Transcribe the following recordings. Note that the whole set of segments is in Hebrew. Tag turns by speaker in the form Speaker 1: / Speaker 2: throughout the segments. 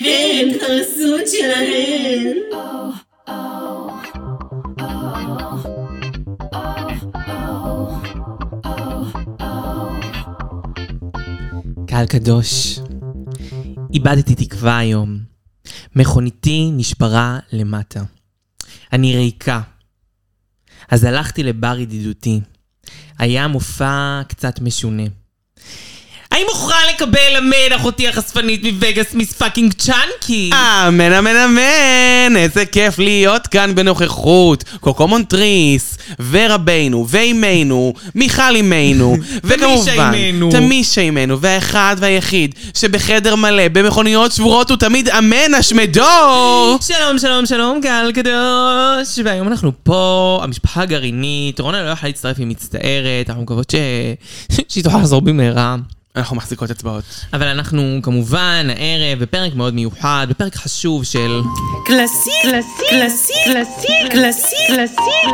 Speaker 1: הם פרסות שלהם.
Speaker 2: קהל קדוש, איבדתי תקווה היום. מכוניתי נשברה למטה. אני ריקה. אז הלכתי לבר ידידותי. היה מופע קצת משונה. האם אוכל לקבל אמן אחותי החשפנית מווגאס מיס פאקינג צ'אנקי?
Speaker 3: אה. אמן, אמן, אמן! איזה כיף להיות כאן בנוכחות. קוקו מונטריס, ורבינו, ואימנו, מיכל אימנו, וכמובן,
Speaker 2: שאימנו.
Speaker 3: תמי שאימנו, והאחד והיחיד שבחדר מלא, במכוניות שבורות, הוא תמיד אמן השמדור!
Speaker 2: שלום, שלום, שלום, קהל קדוש. והיום אנחנו פה, המשפחה הגרעינית, רונה לא יכלה להצטרף, היא מצטערת, אנחנו מקוות ש... שהיא תוכל לחזור במהרה.
Speaker 3: אנחנו מחזיקות אצבעות.
Speaker 2: אבל אנחנו כמובן הערב בפרק מאוד מיוחד, בפרק חשוב של...
Speaker 1: קלאסי, קלאסי, קלאסי, קלאסי, קלאסי, קלאסי.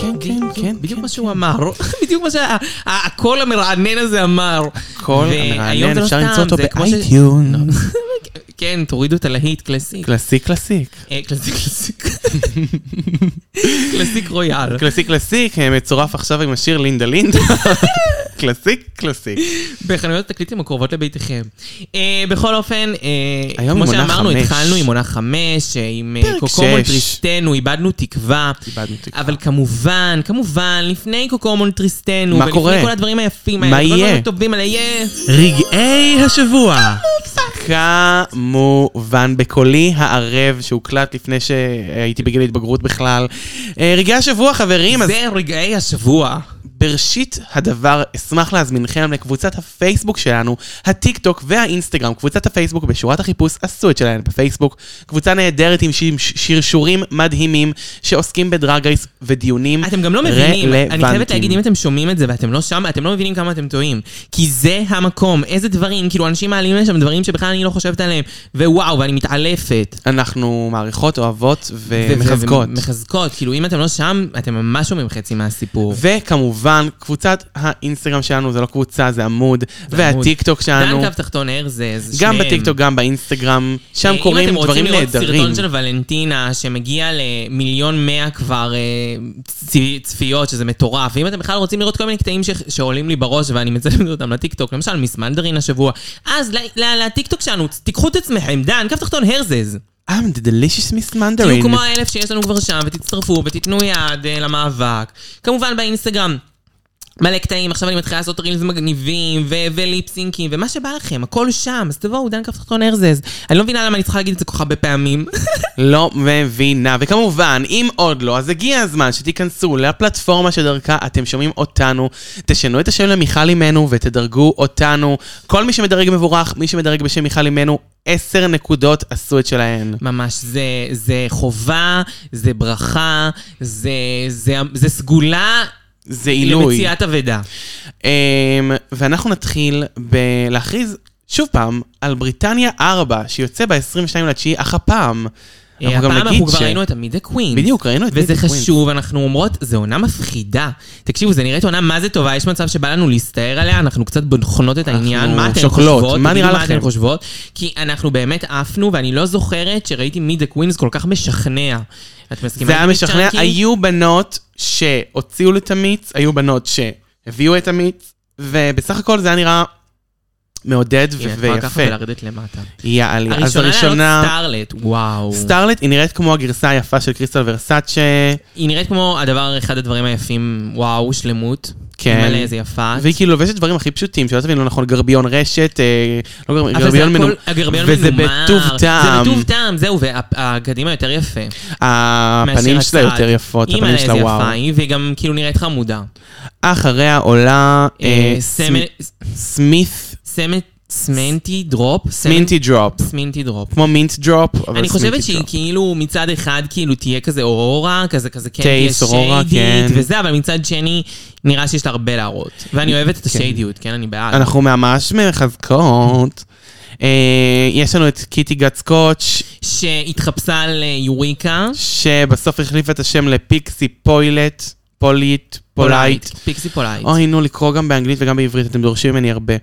Speaker 2: כן,
Speaker 3: כן, כן,
Speaker 2: בדיוק
Speaker 3: כן,
Speaker 2: מה שהוא אמר, בדיוק מה שהקול המרענן הזה אמר.
Speaker 3: כל
Speaker 2: והיום זה
Speaker 3: המרענן,
Speaker 2: לא
Speaker 3: אפשר
Speaker 2: סתם,
Speaker 3: למצוא אותו
Speaker 2: זה כמו ש-
Speaker 3: באייטיון.
Speaker 2: כן, תורידו את הלהיט, קלאסיק.
Speaker 3: קלאסי קלאסיק.
Speaker 2: אה, קלאסיק, קלאסיק. קלאסיק רויאל.
Speaker 3: קלאסי קלאסיק, אה, מצורף עכשיו עם השיר לינדה לינדה. קלאסיק קלאסיק.
Speaker 2: בחנויות התקליטים הקרובות לביתכם. אה, בכל אופן, אה,
Speaker 3: היום
Speaker 2: כמו
Speaker 3: עם עונה
Speaker 2: שאמרנו,
Speaker 3: חמש.
Speaker 2: התחלנו עם עונה חמש, אה, עם אה,
Speaker 3: פרק
Speaker 2: קוקומון
Speaker 3: שש.
Speaker 2: טריסטנו, איבדנו תקווה.
Speaker 3: איבדנו תקווה.
Speaker 2: אבל כמובן, כמובן, לפני קוקומון טריסטנו,
Speaker 3: מה קורה?
Speaker 2: ולפני כל הדברים היפים
Speaker 3: מה
Speaker 2: האלה, כל
Speaker 3: יהיה?
Speaker 2: הדברים הטובים האלה, יהיה...
Speaker 3: רגעי השבוע. כמובן, בקולי הערב שהוקלט לפני שהייתי בגיל התבגרות בכלל. אה, רגעי השבוע, חברים, אז
Speaker 2: זה רגעי השבוע.
Speaker 3: בראשית הדבר, אשמח להזמינכם לקבוצת הפייסבוק שלנו, הטיק טוק והאינסטגרם. קבוצת הפייסבוק בשורת החיפוש עשו את שלהן בפייסבוק. קבוצה נהדרת עם ש- שרשורים מדהימים שעוסקים בדרגייס ודיונים
Speaker 2: אתם גם לא מבינים, אני חייבת להגיד, אם אתם שומעים את זה ואתם לא שם, אתם לא מבינים כמה אתם טועים. כי זה המקום, איזה דברים, כאילו, אנשים מעלים לשם דברים שבכלל אני לא חושבת עליהם, ווואו, ואני מתעלפת.
Speaker 3: אנחנו מעריכות, אוהבות
Speaker 2: ו- ו-
Speaker 3: ומחזקות.
Speaker 2: מחזקות, אה, כאילו אם אתם לא שם, אתם ממש שומעים חצי מהסיפור.
Speaker 3: וכמובן, קבוצת האינסטגרם שלנו, זה לא קבוצה, זה עמוד,
Speaker 2: זה עמוד.
Speaker 3: והטיקטוק שלנו,
Speaker 2: דן קו תחתון הרזז,
Speaker 3: גם
Speaker 2: שניהם.
Speaker 3: בטיקטוק, גם באינסטגרם, שם
Speaker 2: אה,
Speaker 3: קורים דברים
Speaker 2: אם אתם רוצים לראות
Speaker 3: נהדרים.
Speaker 2: סרטון של ולנטינה שמגיע למיליון מאה כבר אה, צ- צפיות, שזה מטורף, ואם אתם בכלל רוצים לראות כל מיני קטעים ש- שעולים לי בראש ואני מצלמת אותם לטיקטוק, למשל מיס מנדרין השבוע, אז ל- ל- לטיקטוק שלנו, תיקחו את עצמכם, דן קו תחתון הרזז.
Speaker 3: I'm the delicious miss
Speaker 2: תהיו
Speaker 3: mandarin.
Speaker 2: כמו האלף שיש לנו כבר שם, ותצטרפו ותיתנו יד אה, למאבק. כמובן באינסטגרם. מלא קטעים, עכשיו אני מתחילה לעשות רילס מגניבים, ו- וליפסינקים, ומה שבא לכם, הכל שם, אז תבואו, דן כף תחתון הרזז. אני לא מבינה למה אני צריכה להגיד את זה כל כך הרבה פעמים.
Speaker 3: לא מבינה. וכמובן, אם עוד לא, אז הגיע הזמן שתיכנסו לפלטפורמה שדרכה אתם שומעים אותנו, תשנו את השם למיכל אימנו ותדרגו אותנו. כל מי שמדרג מבורך, מי שמדרג בשם מיכל אימנו, עשר נקודות עשו את שלהן.
Speaker 2: ממש, זה, זה חובה, זה ברכה, זה, זה, זה סגולה
Speaker 3: זה עילוי.
Speaker 2: למציאת אבדה.
Speaker 3: אמ, ואנחנו נתחיל בלהכריז שוב פעם על בריטניה 4, שיוצא ב-22 לתשיעי, אך הפעם.
Speaker 2: אה, הפעם אנחנו כבר ראינו את עמידה קווין.
Speaker 3: בדיוק, ראינו את
Speaker 2: וזה
Speaker 3: מיטי קווינס.
Speaker 2: חשוב, אנחנו אומרות, זו עונה מפחידה. תקשיבו, זה נראית עונה מה זה טובה, יש מצב שבא לנו להסתער עליה, אנחנו קצת בוחנות את העניין, מה אתן
Speaker 3: שוקלות,
Speaker 2: חושבות,
Speaker 3: מה
Speaker 2: תגידו
Speaker 3: נראה
Speaker 2: מה
Speaker 3: לכם?
Speaker 2: אתן חושבות, כי אנחנו באמת עפנו, ואני לא זוכרת שראיתי מי דה קווינס כל כך משכנע. את מסכימה?
Speaker 3: זה היה
Speaker 2: איתי,
Speaker 3: משכנע,
Speaker 2: צ'אנקי?
Speaker 3: היו בנות שהוציאו את המיץ, היו בנות שהביאו את המיץ, ובסך הכל זה היה נראה מעודד ו-
Speaker 2: הנה, את יכולה ככה
Speaker 3: ויפה.
Speaker 2: ולרדת למטה.
Speaker 3: יאללה, אז
Speaker 2: הראשונה לעלות
Speaker 3: הראשונה...
Speaker 2: סטארלט, וואו.
Speaker 3: סטארלט, היא נראית כמו הגרסה היפה של קריסטל ורסאצ'ה,
Speaker 2: היא נראית כמו הדבר, אחד הדברים היפים, וואו, שלמות.
Speaker 3: כן.
Speaker 2: מלא איזה יפה.
Speaker 3: והיא כאילו לובשת דברים הכי פשוטים, שלא תבין לא נכון, גרביון רשת, אה, לא גרביון,
Speaker 2: אבל זה
Speaker 3: גרביון
Speaker 2: הכל-
Speaker 3: מנומר,
Speaker 2: הגרביון
Speaker 3: וזה
Speaker 2: מנומר.
Speaker 3: בטוב טעם.
Speaker 2: זה בטוב טעם, זהו, והקדימה יותר יפה.
Speaker 3: הפנים
Speaker 2: מאשר
Speaker 3: שלה
Speaker 2: הצעד.
Speaker 3: יותר יפות,
Speaker 2: אימא'לה,
Speaker 3: הפנים שלה
Speaker 2: איזה
Speaker 3: וואו.
Speaker 2: יפה היא, והיא גם כאילו נראית חמודה.
Speaker 3: אחריה עולה אה,
Speaker 2: אה, סמ-
Speaker 3: סמית,
Speaker 2: סמ- סמנטי דרופ? סמנ-
Speaker 3: מינטי דרופ.
Speaker 2: סמינטי דרופ.
Speaker 3: כמו מינט דרופ, אבל סמינטי דרופ.
Speaker 2: אני חושבת שהיא כאילו מצד אחד כאילו תהיה כזה אורורה, כזה כזה כן, תהיה
Speaker 3: טייס, אורורה, כן.
Speaker 2: שיידית וזה, אבל מצד שני נראה שיש לה הרבה להראות. ואני אוהבת את השיידיות, כן? אני בעד.
Speaker 3: אנחנו ממש מחזקות. אה, יש לנו את קיטי גת סקוטש,
Speaker 2: שהתחפשה על אה, יוריקה.
Speaker 3: שבסוף החליף את השם לפיקסי פוילט, פוליט, פולייט.
Speaker 2: פיקסי פולייט.
Speaker 3: אוי, נו, לקרוא גם באנגלית וגם בעברית, אתם דורשים ממני הרבה.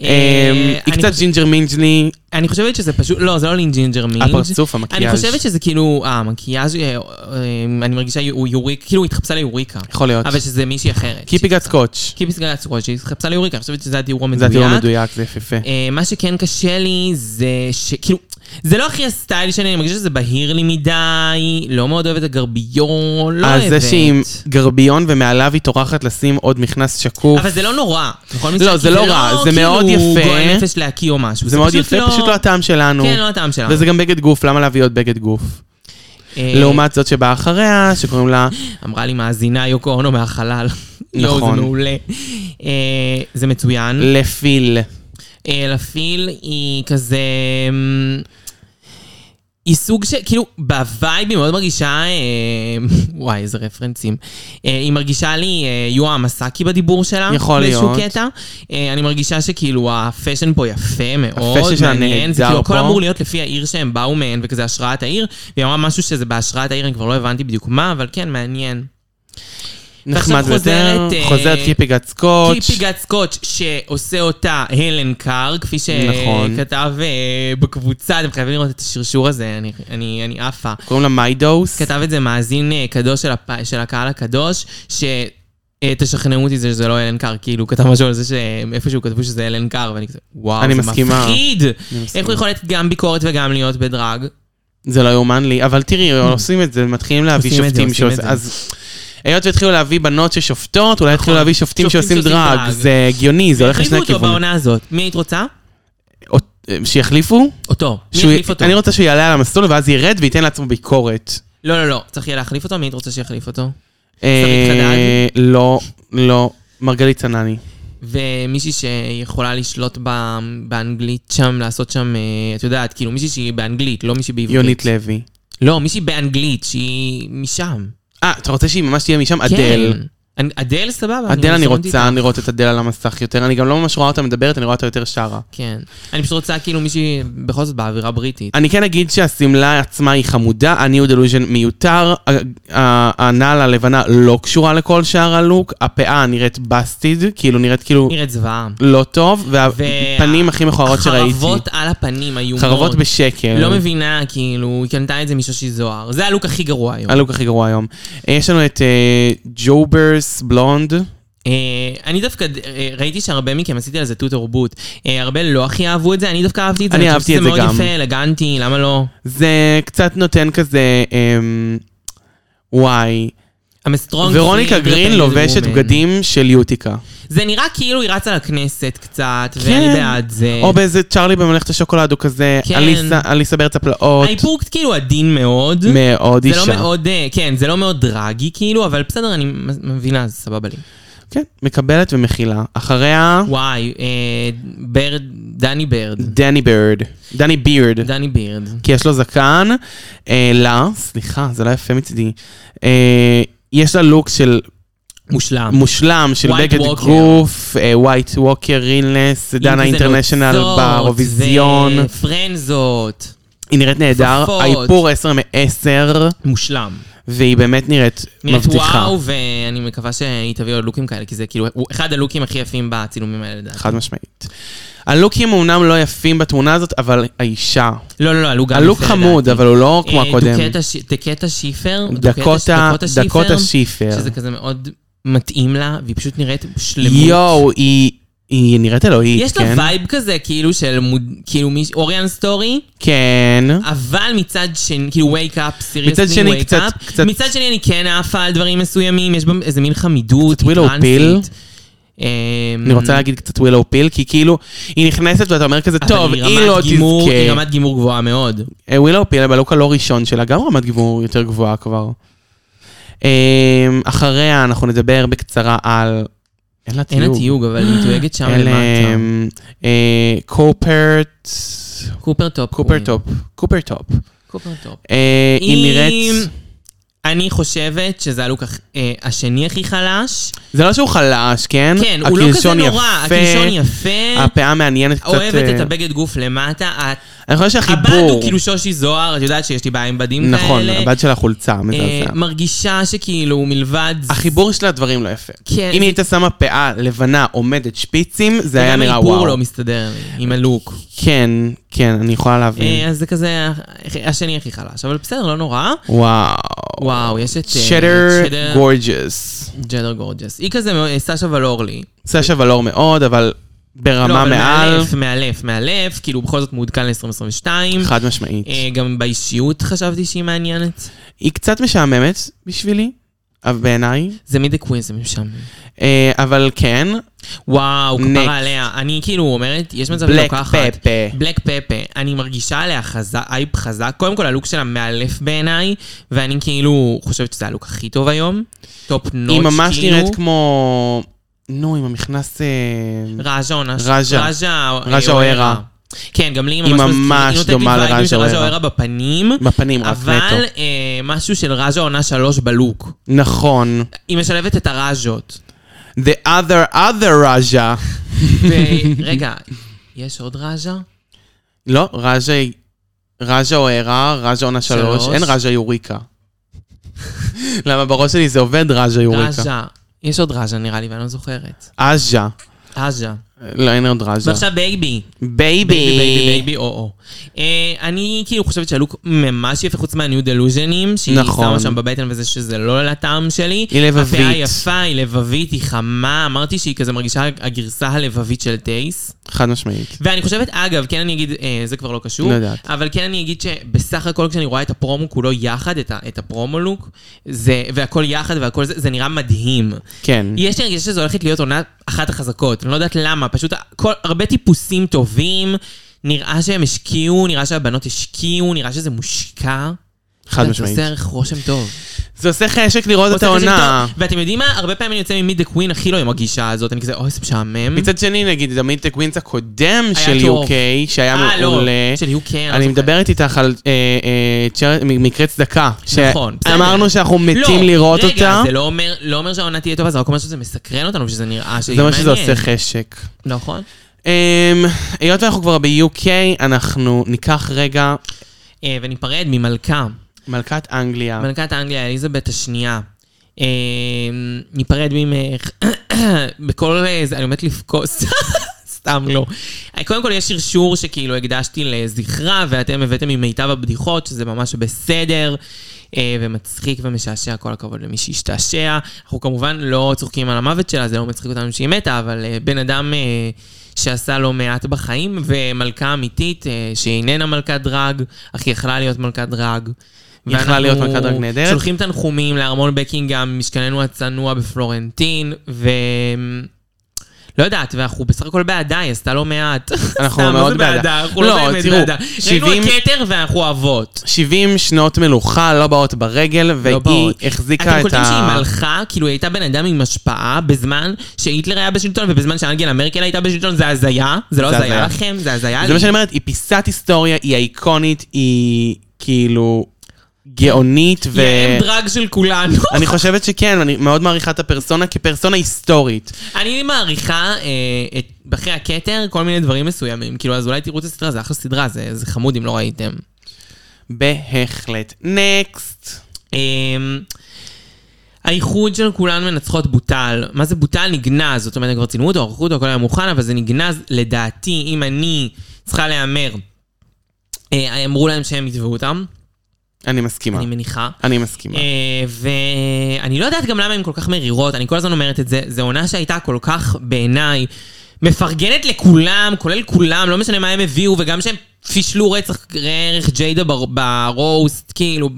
Speaker 3: אמ,
Speaker 2: אה,
Speaker 3: היא
Speaker 2: אני
Speaker 3: קצת
Speaker 2: חוש-
Speaker 3: ג'ינג'ר מינג'ני,
Speaker 2: אני חושבת שזה פשוט, לא, זה לא לינג'ינג'ר מינג'.
Speaker 3: הפרצוף, המקיאז'.
Speaker 2: אני חושבת שזה כאילו, אה, המקיאז', אה, אה, אני מרגישה יו- יוריקה, כאילו היא התחפשה ליוריקה.
Speaker 3: יכול להיות.
Speaker 2: אבל שזה מישהי אחרת.
Speaker 3: קיפי גאט סקוץ'.
Speaker 2: קיפי גאט סקוץ', שהיא התחפשה ליוריקה, אני חושבת שזה התיאור המדויק.
Speaker 3: זה התיאור המדויק, זה יפהפה.
Speaker 2: אה, מה שכן קשה לי זה שכאילו, זה לא הכי הסטייל שלי, אני מרגישה שזה בהיר לי מדי, לא מאוד אוהבת את הגרביון, לא
Speaker 3: אז
Speaker 2: אוהבת.
Speaker 3: אה, זה שהיא עם גרביון ומעליו היא טורחת לשים עוד מכנס שקוף.
Speaker 2: אבל זה לא נורא, נכון?
Speaker 3: לא, זה לא רע, זה מאוד
Speaker 2: כאילו
Speaker 3: יפה.
Speaker 2: גועל נפש להקיא או משהו.
Speaker 3: זה מאוד יפה, פשוט לא הטעם שלנו.
Speaker 2: כן, לא הטעם שלנו.
Speaker 3: וזה גם בגד גוף, למה להביא עוד בגד גוף?
Speaker 2: אה,
Speaker 3: לעומת זאת שבאה אחריה, שקוראים לה...
Speaker 2: אמרה לי מאזינה יוקו אונו מהחלל. יואו,
Speaker 3: נכון.
Speaker 2: זה מעולה. אה, זה מצוין.
Speaker 3: לפיל.
Speaker 2: אה, לפיל היא כזה... אמ, היא סוג של, כאילו, בווייב היא מאוד מרגישה, אה, וואי, איזה רפרנסים. אה, היא מרגישה לי אה, יואה המסאקי בדיבור שלה.
Speaker 3: יכול להיות.
Speaker 2: באיזשהו קטע. אה, אני מרגישה שכאילו הפאשן פה יפה מאוד,
Speaker 3: הפאשן שלה
Speaker 2: מעניין. זה
Speaker 3: נהדר
Speaker 2: כאילו
Speaker 3: פה.
Speaker 2: הכל אמור להיות לפי העיר שהם באו מהן, וכזה השראת העיר. והיא אמרה משהו שזה בהשראת העיר, אני כבר לא הבנתי בדיוק מה, אבל כן, מעניין. ועכשיו
Speaker 3: נחמד ביותר.
Speaker 2: חוזרת, אה,
Speaker 3: חוזרת קיפי גאט סקוץ'.
Speaker 2: קיפיגת סקוץ' שעושה אותה הלן קאר, כפי
Speaker 3: נכון.
Speaker 2: שכתב אה, בקבוצה, אתם חייבים לראות את השרשור הזה, אני- אני אני עפה.
Speaker 3: קוראים לה מיידוס.
Speaker 2: כתב את זה מאזין אה, קדוש של הפ- של הקהל הקדוש, ש... אה, תשכנעו אותי זה שזה לא אלן קאר, כאילו, כתב משהו על זה שאיפשהו כתבו שזה אלן קאר, ואני כזה, וואו,
Speaker 3: אני
Speaker 2: זה
Speaker 3: מסכימה.
Speaker 2: מפחיד! איך
Speaker 3: מסכימה.
Speaker 2: הוא יכול להיות גם ביקורת וגם להיות בדרג?
Speaker 3: זה לא יאומן לי, אבל תראי, עושים את זה, מתחילים להביא
Speaker 2: Mm. עושים את זה, עושים
Speaker 3: שופטים
Speaker 2: את
Speaker 3: שעושים...
Speaker 2: זה.
Speaker 3: אז היות שהתחילו להביא בנות ששופטות, אולי יתחילו להביא שופטים
Speaker 2: נכון. שופטים
Speaker 3: שעושים
Speaker 2: שעושים
Speaker 3: דרג.
Speaker 2: דרג.
Speaker 3: זה הגיוני, זה הולך לשני
Speaker 2: החליפו אותו
Speaker 3: הכיוונים.
Speaker 2: בעונה הזאת. מי היית רוצה?
Speaker 3: אות- אה, שיחליפו?
Speaker 2: אותו. מי
Speaker 3: שהוא-
Speaker 2: יחליף אותו?
Speaker 3: אני רוצה שהוא יעלה על המסלול ואז ירד וייתן לעצמו ביקורת.
Speaker 2: לא, לא, לא. צריך יהיה להחליף אותו? מי היית רוצה שיחליף אותו?
Speaker 3: אה,
Speaker 2: חדד?
Speaker 3: לא, לא. מרגלית צנני.
Speaker 2: ומישהי שיכולה לשלוט ב... באנגלית שם, לעשות שם, אה, את יודעת, כאילו מישהי שהיא באנגלית, לא מישהי בעברית.
Speaker 3: יונית לוי.
Speaker 2: לא, מישהי באנגלית שהיא משם.
Speaker 3: אה, אתה רוצה שהיא ממש תהיה משם? אדל.
Speaker 2: כן. אנ- אדל סבבה.
Speaker 3: אדל, אני
Speaker 2: מסכמת
Speaker 3: רוצה
Speaker 2: איתך.
Speaker 3: לראות את אדל על המסך יותר. אני גם לא ממש רואה אותה מדברת, אני רואה אותה יותר שרה.
Speaker 2: כן. אני פשוט רוצה כאילו מישהי בכל זאת באווירה בריטית.
Speaker 3: אני כן אגיד שהשמלה עצמה היא חמודה, ה-New Delusion מיותר, ה- ה- הנעל הלבנה לא קשורה לכל שאר הלוק, הפאה נראית בסטיד, כאילו נראית כאילו
Speaker 2: נראית זוועה.
Speaker 3: לא טוב, והפנים הכי מכוערות שראיתי.
Speaker 2: חרבות על הפנים היו
Speaker 3: חרבות
Speaker 2: מאוד.
Speaker 3: בשקל.
Speaker 2: לא מבינה, כאילו, היא קנתה את זה משושי זוהר. זה הלוק הכי גרוע היום.
Speaker 3: הלוק הכי גרוע היום. אה, יש לנו את ג'וברס בלונד.
Speaker 2: אה, אני דווקא אה, ראיתי שהרבה מכם עשיתי על זה טו תרבות. אה, הרבה לא הכי אהבו את זה, אני דווקא אהבתי את זה.
Speaker 3: אני
Speaker 2: חושבת
Speaker 3: אהבתי את זה גם.
Speaker 2: שזה מאוד יפה, אלגנטי, למה לא?
Speaker 3: זה קצת נותן כזה, אמ, וואי.
Speaker 2: I'm a strong
Speaker 3: ורוניקה
Speaker 2: independent
Speaker 3: גרין לובשת
Speaker 2: woman.
Speaker 3: בגדים של יוטיקה.
Speaker 2: זה נראה כאילו היא רצה לכנסת קצת,
Speaker 3: כן.
Speaker 2: ואני בעד זה.
Speaker 3: או באיזה צ'ארלי במלאכת השוקולד, הוא כזה,
Speaker 2: אה. כן.
Speaker 3: אליסה- אליסה בארץ הפלאות.
Speaker 2: האיפור כאילו עדין מאוד.
Speaker 3: מאוד
Speaker 2: זה לא
Speaker 3: אישה.
Speaker 2: מאוד, אה, כן, זה לא מאוד דרגי כאילו, אבל בסדר, אני מ- מבינה, זה סבבה לי.
Speaker 3: כן, מקבלת ומכילה. אחריה,
Speaker 2: וואי, אה, ברד, דני ברד.
Speaker 3: דני בירד. דני בירד.
Speaker 2: דני בירד.
Speaker 3: כי יש לו זקן. אה, לה, סליחה, זה לא יפה מצידי. אה, יש לה לוק של
Speaker 2: מושלם.
Speaker 3: מושלם, של אה,
Speaker 2: White
Speaker 3: בגד
Speaker 2: Walker.
Speaker 3: גוף, ווייט ווקר, רילנס, דנה אינטרנשיונל באירוויזיון.
Speaker 2: פרנזות.
Speaker 3: היא נראית נהדר.
Speaker 2: כפפות.
Speaker 3: האיפור 10 מ-10,
Speaker 2: מושלם.
Speaker 3: והיא באמת נראית
Speaker 2: נראית
Speaker 3: מבטיחה.
Speaker 2: וואו, ואני מקווה שהיא תביא עוד לוקים כאלה, כי זה כאילו הוא אחד הלוקים הכי יפים בצילומים האלה, לדעתי.
Speaker 3: חד משמעית. הלוקים אומנם לא יפים בתמונה הזאת, אבל האישה.
Speaker 2: לא, לא, לא, הלוק גם יפה,
Speaker 3: הלוק חמוד,
Speaker 2: לדעתי.
Speaker 3: אבל הוא לא כמו
Speaker 2: אה,
Speaker 3: הקודם.
Speaker 2: דוקטה ש- דקטה שיפר.
Speaker 3: דקוטה,
Speaker 2: שיפר,
Speaker 3: דקוטה שיפר.
Speaker 2: שזה כזה מאוד מתאים לה, והיא פשוט נראית שלמות.
Speaker 3: יואו, היא היא נראית אלוהית,
Speaker 2: יש לה
Speaker 3: כן?
Speaker 2: וייב כזה, כאילו של מוד... כאילו מיש... אוריאן סטורי,
Speaker 3: כן.
Speaker 2: אבל מצד שני, כאילו wake up, סיריוסלי
Speaker 3: מצד שני,
Speaker 2: wake
Speaker 3: קצת-
Speaker 2: up.
Speaker 3: קצת-
Speaker 2: מצד שני אני כן עפה על דברים מסוימים, יש בה איזה מין חמידות, אמ,
Speaker 3: קצת willow pill. אני
Speaker 2: אני
Speaker 3: רוצה להגיד קצת ווילאו פיל, כי כאילו, היא נכנסת ואתה אומר כזה, טוב, היא לא
Speaker 2: היא
Speaker 3: תזכה. אה,
Speaker 2: רמת גימור גבוהה מאוד.
Speaker 3: ווילאו פיל, בלוק הלא ראשון שלה, גם רמת גיבור יותר גבוהה כבר. אמ, אחריה אנחנו נדבר בקצרה על... אין לה
Speaker 2: אין לה
Speaker 3: תיוג.
Speaker 2: תיוג, אבל היא מתויגת שם
Speaker 3: אלה,
Speaker 2: למטה.
Speaker 3: אמ, אה, קופרט...
Speaker 2: קופר טופ.
Speaker 3: קופר
Speaker 2: קווין.
Speaker 3: טופ. קופר טופ.
Speaker 2: קופר טופ.
Speaker 3: אה, היא
Speaker 2: היא-
Speaker 3: נראית...
Speaker 2: אני חושבת שזה הלוק הכ- אה, השני הכי חלש.
Speaker 3: זה לא שהוא חלש, כן?
Speaker 2: כן, הוא לא כזה
Speaker 3: הקלשון
Speaker 2: נורא,
Speaker 3: יפה,
Speaker 2: הקלשון יפה,
Speaker 3: הפאה מעניינת קצת...
Speaker 2: אוהבת את
Speaker 3: אה,
Speaker 2: הבגד גוף למטה, ה-
Speaker 3: אני חושב
Speaker 2: הבד
Speaker 3: שהחיבור...
Speaker 2: הוא כאילו שושי זוהר, את יודעת שיש לי בעיה עם בדים כאלה.
Speaker 3: נכון, הבד של החולצה,
Speaker 2: אה,
Speaker 3: מזעזע.
Speaker 2: מרגישה שכאילו מלבד...
Speaker 3: החיבור של הדברים לא יפה.
Speaker 2: כן,
Speaker 3: אם
Speaker 2: זה-
Speaker 3: היית שמה פאה לבנה עומדת שפיצים, זה היה
Speaker 2: גם
Speaker 3: נראה
Speaker 2: האיפור
Speaker 3: וואו.
Speaker 2: לא מסתדר לי, עם הלוק.
Speaker 3: כן, כן, אני יכולה
Speaker 2: אה,
Speaker 3: להבין.
Speaker 2: אז זה כזה ה- השני הכי חלש, אבל בסדר, לא נורא.
Speaker 3: וואו.
Speaker 2: וואו, יש את... אה,
Speaker 3: שדר
Speaker 2: שדר-
Speaker 3: גורג'ס.
Speaker 2: ג'דר גורג'ס. היא כזה מאוד- סשה ולורלי.
Speaker 3: סשה ולור מאוד, אבל ברמה
Speaker 2: לא, אבל
Speaker 3: מעל.
Speaker 2: מאלף, מאלף, מאלף, כאילו בכל זאת מעודכן ל-2022.
Speaker 3: חד משמעית.
Speaker 2: אה, גם באישיות חשבתי שהיא מעניינת.
Speaker 3: היא קצת משעממת בשבילי, אבל בעיניי.
Speaker 2: זה מי דה קוויזם שם.
Speaker 3: אה, אבל כן,
Speaker 2: וואו,
Speaker 3: Next.
Speaker 2: כפרה עליה. אני כאילו אומרת, יש מצב
Speaker 3: בלק
Speaker 2: לוקחת.
Speaker 3: פפה.
Speaker 2: בלק פפה. אני מרגישה עליה חזק, אייפ חזק. קודם כל, הלוק שלה מאלף בעיניי, ואני כאילו חושבת שזה הלוק הכי טוב היום. טופ נוטש, כאילו.
Speaker 3: היא ממש נראית כמו... נו, עם המכנס... אה,
Speaker 2: ראז'ה עונה ש-
Speaker 3: ראז'ה.
Speaker 2: ראז'ה
Speaker 3: ראז'ה אוהרה.
Speaker 2: כן, גם לי היא
Speaker 3: היא
Speaker 2: ממש...
Speaker 3: ממש דומה
Speaker 2: היא נותנת לי וייבים
Speaker 3: לראז'ה
Speaker 2: של ראז'ה
Speaker 3: אוהרה.
Speaker 2: אוהרה בפנים,
Speaker 3: בפנים, רק
Speaker 2: אבל
Speaker 3: נטו.
Speaker 2: אה, משהו של ראז'ה עונה שלוש בלוק.
Speaker 3: נכון.
Speaker 2: היא משלבת את הראז'ות.
Speaker 3: The other other ראז'ה.
Speaker 2: ורגע, יש עוד ראז'ה?
Speaker 3: לא, ראז'ה היא... ראז'ה אוהרה, ראז'ה עונה שלוש,
Speaker 2: שלוש.
Speaker 3: אין ראז'ה יוריקה. למה בראש שלי זה עובד ראז'ה יוריקה.
Speaker 2: ראז'ה. יש עוד ראז'ה נראה לי, ואני לא זוכרת.
Speaker 3: עז'ה.
Speaker 2: ראז'ה.
Speaker 3: לא, אין עוד ראז'ה.
Speaker 2: ועכשיו בייבי. בייבי, בייבי,
Speaker 3: בייבי.
Speaker 2: בייבי, או או. אה, אני כאילו חושבת שהלוק ממש יפה, חוץ מהניו דלוז'נים, שהיא
Speaker 3: נכון.
Speaker 2: שמה שם בבטן וזה שזה לא לטעם שלי.
Speaker 3: היא לבבית.
Speaker 2: הפאה יפה, היא לבבית, היא חמה, אמרתי שהיא כזה מרגישה הגרסה הלבבית של טייס.
Speaker 3: חד משמעית.
Speaker 2: ואני חושבת, אגב, כן אני אגיד, אה, זה כבר לא קשור,
Speaker 3: לא יודעת.
Speaker 2: אבל כן אני אגיד שבסך הכל כשאני רואה את הפרומו כולו יחד, את, ה, את הפרומו לוק, זה, והכל יחד והכל זה, זה נראה מדהים.
Speaker 3: כן.
Speaker 2: יש לי הרגישה שזו הולכת להיות עונה אחת החזקות, אני לא יודעת למה, פשוט כל, הרבה טיפוסים טובים, נראה שהם השקיעו, נראה שהבנות השקיעו, נראה שזה מושקע.
Speaker 3: חד
Speaker 2: זה
Speaker 3: משמעית.
Speaker 2: עושה ערך רושם טוב.
Speaker 3: זה עושה חשק לראות את
Speaker 2: עושה רושם
Speaker 3: העונה.
Speaker 2: טוב. ואתם יודעים מה? הרבה פעמים אני יוצא ממיד דה קווין הכי לא עם הגישה הזאת, אני כזה, אוי, זה משעמם.
Speaker 3: מצד שני, נגיד, תמיד את הקווינס הקודם
Speaker 2: היה
Speaker 3: של
Speaker 2: טוב.
Speaker 3: UK, שהיה
Speaker 2: אה, לא,
Speaker 3: מעולה.
Speaker 2: של UK, אני לא
Speaker 3: אני
Speaker 2: זוכרת.
Speaker 3: מדברת איתך על אה, אה, צ'ר- מ- מקרה צדקה.
Speaker 2: נכון, בסדר.
Speaker 3: שאמרנו שאנחנו מתים לראות
Speaker 2: רגע,
Speaker 3: אותה.
Speaker 2: זה לא אומר, לא אומר שהעונה תהיה טובה, זה רק אומר שזה מסקרן אותנו, ושזה נראה שהיא
Speaker 3: זה מה
Speaker 2: מעניינת.
Speaker 3: שזה עושה חשק.
Speaker 2: נכון.
Speaker 3: אמ, היות ואנחנו כבר ב-UK, אנחנו ניקח רגע
Speaker 2: אה, וניפרד ממלכה.
Speaker 3: מלכת אנגליה.
Speaker 2: מלכת אנגליה, אליזבת השנייה. אה, ניפרד ממך. בכל... אה, זה- אני עומדת לבכוס. סתם לא. אה, קודם כל, יש שרשור שכאילו הקדשתי לזכרה, ואתם הבאתם ממיטב הבדיחות, שזה ממש בסדר, אה, ומצחיק ומשעשע, כל הכבוד למי שהשתעשע. אנחנו כמובן לא צוחקים על המוות שלה, זה לא מצחיק אותנו שהיא מתה, אבל אה, בן אדם אה, שעשה לא מעט בחיים, ומלכה אמיתית, אה, שאיננה מלכת דרג, אך יכלה להיות מלכת דרג.
Speaker 3: יכלה
Speaker 2: ואנחנו
Speaker 3: להיות מלכת דרג נהדרת.
Speaker 2: שולחים תנחומים לארמון בקינגהם, משכננו הצנוע בפלורנטין, ו... לא יודעת, ואנחנו בסך הכל בעדה, היא עשתה לא מעט.
Speaker 3: אנחנו
Speaker 2: סתם, מה זה
Speaker 3: מאוד בעדה.
Speaker 2: אנחנו
Speaker 3: לא,
Speaker 2: לא באמת
Speaker 3: תראו,
Speaker 2: בעדה.
Speaker 3: שבעים-
Speaker 2: ראינו הכתר ואנחנו אוהבות.
Speaker 3: 70 שנות מלוכה, לא באות ברגל,
Speaker 2: לא
Speaker 3: והיא
Speaker 2: באות.
Speaker 3: החזיקה
Speaker 2: אתם
Speaker 3: את
Speaker 2: קולטים שהיא
Speaker 3: ה...
Speaker 2: מלכה, כאילו היא הייתה בן אדם עם השפעה, בזמן שהיטלר היה בשלטון ובזמן שאנגלה מרקל הייתה בשלטון, זה הזיה? זה לא
Speaker 3: זה
Speaker 2: הזיה
Speaker 3: הזיה.
Speaker 2: לכם? זה הזיה
Speaker 3: זה
Speaker 2: לי.
Speaker 3: מה שאני אומרת, היא פיסת היסטוריה, היא איקונית, היא כאילו גאונית, ו...
Speaker 2: היא האם דרג של כולנו.
Speaker 3: אני חושבת שכן, אני מאוד מעריכה את הפרסונה כפרסונה היסטורית.
Speaker 2: אני מעריכה אה, את אחרי הכתר כל מיני דברים מסוימים. כאילו, אז אולי תראו את הסדרה, זה אחלה סדרה, זה, זה חמוד אם לא ראיתם.
Speaker 3: בהחלט. נקסט.
Speaker 2: אה, האיחוד של כולן מנצחות בוטל. מה זה בוטל? נגנז. זאת אומרת, כבר צילמו אותו, ערכו אותו, הכל היה מוכן, אבל זה נגנז. לדעתי, אם אני צריכה להמר, אה, אמרו להם שהם יתבעו אותם,
Speaker 3: אני מסכימה.
Speaker 2: אני מניחה.
Speaker 3: אני מסכימה.
Speaker 2: אה, ואני לא יודעת גם למה הן כל כך מרירות, אני כל הזמן אומרת את זה, זו עונה שהייתה כל כך, בעיניי, מפרגנת לכולם, כולל כולם, לא משנה מה הם הביאו, וגם שהם פישלו רצח ערך ג'יידה בר- ברוסט, כאילו...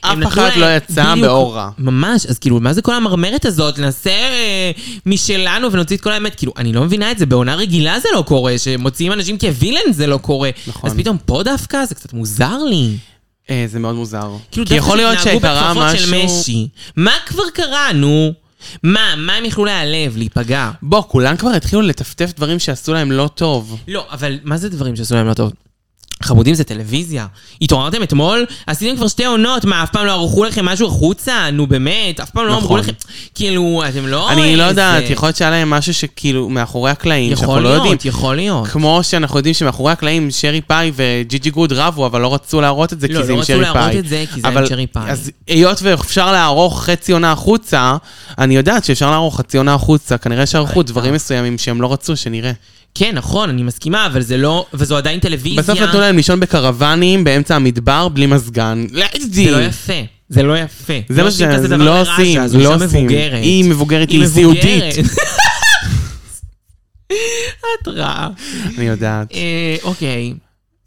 Speaker 3: אף
Speaker 2: הם נתנו
Speaker 3: אחת
Speaker 2: להם-
Speaker 3: לא יצאה
Speaker 2: בדיוק,
Speaker 3: באור רע.
Speaker 2: ממש, אז כאילו, מה זה כל המרמרת הזאת? נעשה אה, משלנו ונוציא את כל האמת. כאילו, אני לא מבינה את זה, בעונה רגילה זה לא קורה, שמוציאים אנשים כווילן זה לא קורה.
Speaker 3: נכון.
Speaker 2: אז פתאום פה דווקא זה קצת מוזר לי.
Speaker 3: אה, זה מאוד מוזר.
Speaker 2: כאילו
Speaker 3: כי יכול להיות
Speaker 2: דווקא
Speaker 3: שקרה
Speaker 2: התנהגו בכפפות של
Speaker 3: משהו...
Speaker 2: משי. מה כבר קרה, נו? מה, מה הם יכלו להיעלב, להיפגע?
Speaker 3: בוא, כולם כבר התחילו לטפטף דברים שעשו להם לא טוב.
Speaker 2: לא, אבל מה זה דברים שעשו להם לא טוב? חמודים זה טלוויזיה. התעוררתם אתמול? עשיתם כבר שתי עונות, מה, אף פעם לא ערכו לכם משהו החוצה? נו באמת, אף פעם לא אמרו
Speaker 3: נכון.
Speaker 2: לכם... כאילו, אתם לא...
Speaker 3: אני לא
Speaker 2: איזה-
Speaker 3: יודעת, יכול להיות שהיה להם משהו שכאילו מאחורי הקלעים,
Speaker 2: יכול
Speaker 3: שאנחנו לא יודעים.
Speaker 2: להיות, יכול להיות.
Speaker 3: כמו שאנחנו יודעים שמאחורי הקלעים שרי פאי וג'י ג'י גוד רבו, אבל לא רצו להראות את זה
Speaker 2: לא,
Speaker 3: כי זה
Speaker 2: לא
Speaker 3: עם
Speaker 2: רצו
Speaker 3: שרי פאי.
Speaker 2: להראות את זה כי זה עם
Speaker 3: אבל-
Speaker 2: שרי פאי.
Speaker 3: אז היות ואפשר לערוך חצי עונה החוצה, אני יודעת שאפשר לערוך חצי עונה החוצה, כנראה
Speaker 2: אה,
Speaker 3: שערכו דברים מסוימים שהם לא רצו שנראה.
Speaker 2: כן, נכון, אני מסכימה, אבל זה לא... וזו עדיין טלוויזיה.
Speaker 3: בסוף נתנו להם לישון בקרבנים באמצע המדבר בלי מזגן.
Speaker 2: זה
Speaker 3: לאידי.
Speaker 2: לא יפה. זה לא יפה.
Speaker 3: זה מה
Speaker 2: עושים
Speaker 3: שהם
Speaker 2: כזה דבר
Speaker 3: לא
Speaker 2: לרשע,
Speaker 3: עושים,
Speaker 2: זו
Speaker 3: לא
Speaker 2: אישה
Speaker 3: עושים.
Speaker 2: מבוגרת.
Speaker 3: היא מבוגרת, היא
Speaker 2: מבוגרת.
Speaker 3: סיעודית.
Speaker 2: את רעה.
Speaker 3: אני יודעת.
Speaker 2: אה, אוקיי.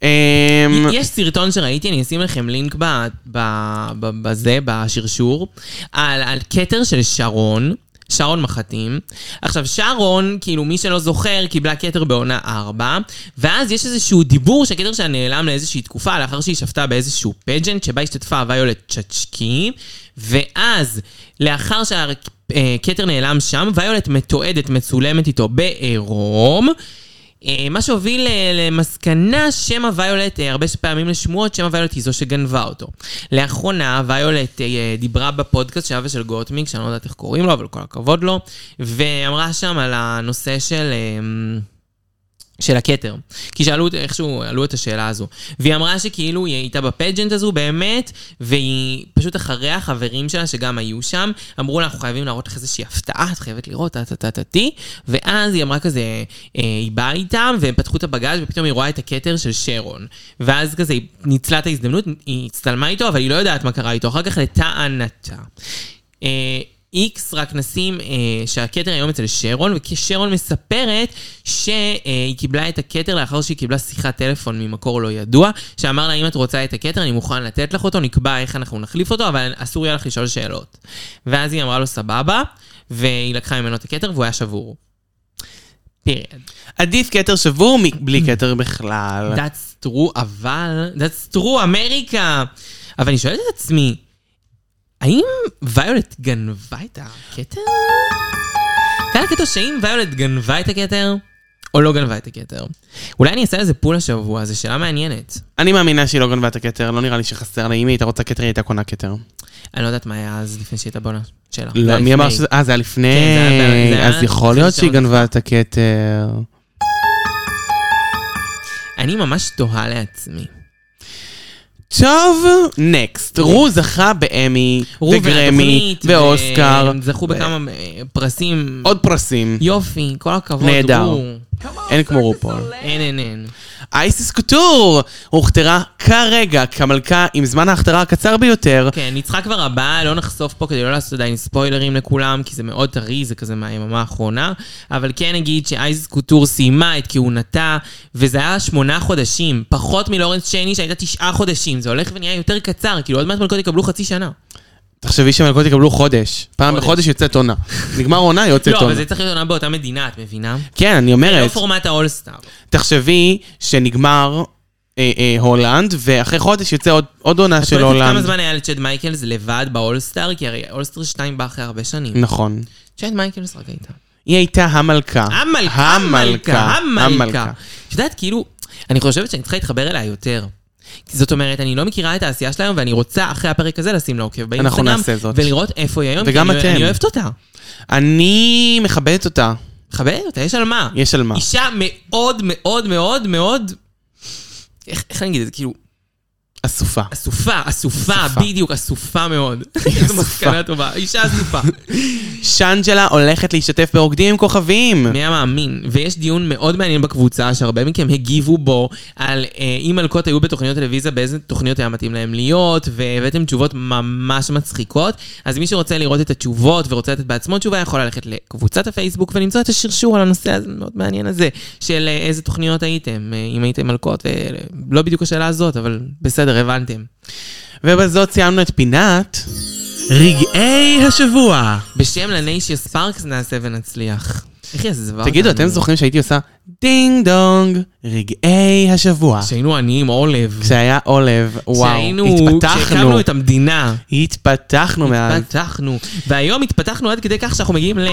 Speaker 3: אמ,
Speaker 2: יש סרטון שראיתי, אני אשים לכם לינק ב- ב- ב- בזה, בשרשור, על, על כתר של שרון. שרון מחתים. עכשיו, שרון, כאילו, מי שלא זוכר, קיבלה כתר בעונה 4, ואז יש איזשהו דיבור שהכתר שלה נעלם לאיזושהי תקופה, לאחר שהיא שפטה באיזשהו פג'נט, שבה השתתפה ויולט צ'צ'קי, ואז, לאחר שהכתר נעלם שם, ויולט מתועדת, מצולמת איתו בעירום, אה, מה שהוביל אה, למסקנה שמא ויולט, אה, הרבה פעמים לשמועות, שמא ויולט היא זו שגנבה אותו. לאחרונה ויולט אה, אה, דיברה בפודקאסט שלה ושל גוטמיק, שאני לא יודעת איך קוראים לו, אבל כל הכבוד לו, ואמרה שם על הנושא של... אה, של הכתר. כי שאלו, אותה- איכשהו עלו את השאלה הזו. והיא אמרה שכאילו היא הייתה בפג'נט הזו באמת, והיא פשוט אחרי החברים שלה שגם היו שם, אמרו לה, אנחנו חייבים להראות לך איזושהי הפתעה, את חייבת לראות, טה טה טה טה טי. ואז היא אמרה כזה, אה, היא באה איתם, והם פתחו את הבגאז' ופתאום היא רואה את הכתר של שרון. ואז כזה, היא ניצלה את ההזדמנות, היא הצטלמה איתו, אבל היא לא יודעת מה קרה איתו. אחר כך לטענתה. אה, איקס רק נשים אה, שהכתר היום אצל שרון, וכששרון מספרת שהיא קיבלה את הכתר לאחר שהיא קיבלה שיחת טלפון ממקור לא ידוע, שאמר לה אם את רוצה את הכתר אני מוכן לתת לך אותו, נקבע איך אנחנו נחליף אותו, אבל אסור יהיה לך לשאול שאלות. ואז היא אמרה לו סבבה, והיא לקחה ממנו את הכתר והוא היה שבור. פירד.
Speaker 3: עדיף כתר שבור מבלי כתר בכלל.
Speaker 2: That's true, אבל... That's true, אמריקה! אבל אני שואלת את עצמי, האם ויולט גנבה את הכתר? קהל הקטוש, האם ויולט גנבה את הכתר? או לא גנבה את הכתר? אולי אני אעשה איזה פול השבוע, זו שאלה מעניינת.
Speaker 3: אני מאמינה שהיא לא גנבה את הכתר, לא נראה לי שחסר לה. אם היא הייתה רוצה כתר, היא הייתה קונה כתר.
Speaker 2: אני לא יודעת מה היה אז לפני שהייתה בעונה שלה.
Speaker 3: לא, מי אמר שזה... אה, זה היה לפני...
Speaker 2: כן, זה היה- זה היה-
Speaker 3: אז יכול להיות שהיא גנבה את הכתר.
Speaker 2: אני ממש תוהה לעצמי.
Speaker 3: טוב, נקסט. רו זכה באמי,
Speaker 2: רו
Speaker 3: וגרמי,
Speaker 2: והתוכנית,
Speaker 3: ואוסקר.
Speaker 2: והם זכו
Speaker 3: ו-
Speaker 2: בכמה אה, פרסים.
Speaker 3: עוד פרסים.
Speaker 2: יופי, כל הכבוד,
Speaker 3: נהדר.
Speaker 2: רו.
Speaker 3: אין כמו רופול.
Speaker 2: אין, אין, אין.
Speaker 3: אייסיס קוטור הוכתרה כרגע כמלכה עם זמן ההכתרה הקצר ביותר.
Speaker 2: כן, ניצחה כבר הבאה, לא נחשוף פה כדי לא לעשות עדיין ספוילרים לכולם, כי זה מאוד טרי, זה כזה מהיממה האחרונה. אבל כן נגיד שאייז קוטור סיימה את כהונתה, וזה היה שמונה חודשים, פחות מלורנס שני שהייתה תשעה חודשים. זה הולך ונהיה יותר קצר, כאילו עוד מעט מלכות יקבלו חצי שנה.
Speaker 3: תחשבי שמלכות יקבלו חודש. פעם
Speaker 2: חודש.
Speaker 3: בחודש יוצאת עונה. נגמר עונה, יוצאת
Speaker 2: לא, אבל
Speaker 3: עונה.
Speaker 2: זה צריך להיות עונה באותה מדינה, את מבינה?
Speaker 3: כן, אני
Speaker 2: לא
Speaker 3: אומרת.
Speaker 2: פורמט האולסטאר.
Speaker 3: תחשבי שנגמר אה, אה, הולנד, ואחרי חודש יוצא עוד, עוד עונה של
Speaker 2: כמה
Speaker 3: הולנד.
Speaker 2: זמן היה לצ'ד מייקלס לבד באולסטאר? כי הרי אולסטאר 2 בא אחרי הרבה שנים.
Speaker 3: נכון.
Speaker 2: צ'ד מייקלס רק הייתה.
Speaker 3: היא הייתה המלכה.
Speaker 2: המלכה, המלכה, המלכה. את יודעת, כאילו, אני חושבת שאני צריכה להתחבר אליה יותר. זאת אומרת, אני לא מכירה את העשייה שלה היום, ואני רוצה אחרי הפרק הזה לשים לה עוקב באינסטגרם.
Speaker 3: אנחנו נעשה זאת.
Speaker 2: ולראות איפה היא היום.
Speaker 3: וגם
Speaker 2: כי אני-
Speaker 3: אתם.
Speaker 2: אני אוהבת אותה.
Speaker 3: אני מכבדת אותה.
Speaker 2: מכבדת אותה, יש על מה.
Speaker 3: יש על מה.
Speaker 2: אישה מאוד מאוד מאוד מאוד... איך איך אני אגיד את זה? כאילו,
Speaker 3: אסופה.
Speaker 2: אסופה, אסופה,
Speaker 3: אסופה.
Speaker 2: בדיוק, אסופה מאוד. זו מסקנה טובה, אישה אסופה.
Speaker 3: שאנג'לה הולכת להשתתף ברוקדים עם כוכבים.
Speaker 2: מי היה מאמין? ויש דיון מאוד מעניין בקבוצה, שהרבה מכם הגיבו בו, על אה, אם מלכות היו בתוכניות טלוויזיה, באיזה תוכניות היה מתאים להם להיות, והבאתם תשובות ממש מצחיקות. אז מי שרוצה לראות את התשובות ורוצה לתת בעצמו תשובה, יכול ללכת לקבוצת הפייסבוק ולמצוא את השרשור על הנושא המאוד מעניין הזה, של אה, איזה תוכניות הייתם, אה, אם הייתם מלכות, אה, לא בדיוק השאלה הזאת, אבל בסדר, הבנתם.
Speaker 3: ובזאת סיימנו את פינת... רגעי השבוע.
Speaker 2: בשם לניישיה ספארקס נעשה ונצליח. איך יעשה דבר?
Speaker 3: תגידו,
Speaker 2: כזה?
Speaker 3: אתם זוכרים שהייתי עושה דינג דונג, רגעי השבוע.
Speaker 2: כשהיינו עניים עולב.
Speaker 3: כשהיה עולב, וואו,
Speaker 2: כשהיינו-
Speaker 3: התפתחנו,
Speaker 2: כשהקמנו את המדינה.
Speaker 3: התפתחנו מאז.
Speaker 2: התפתחנו. והיום התפתחנו עד כדי כך שאנחנו מגיעים ל...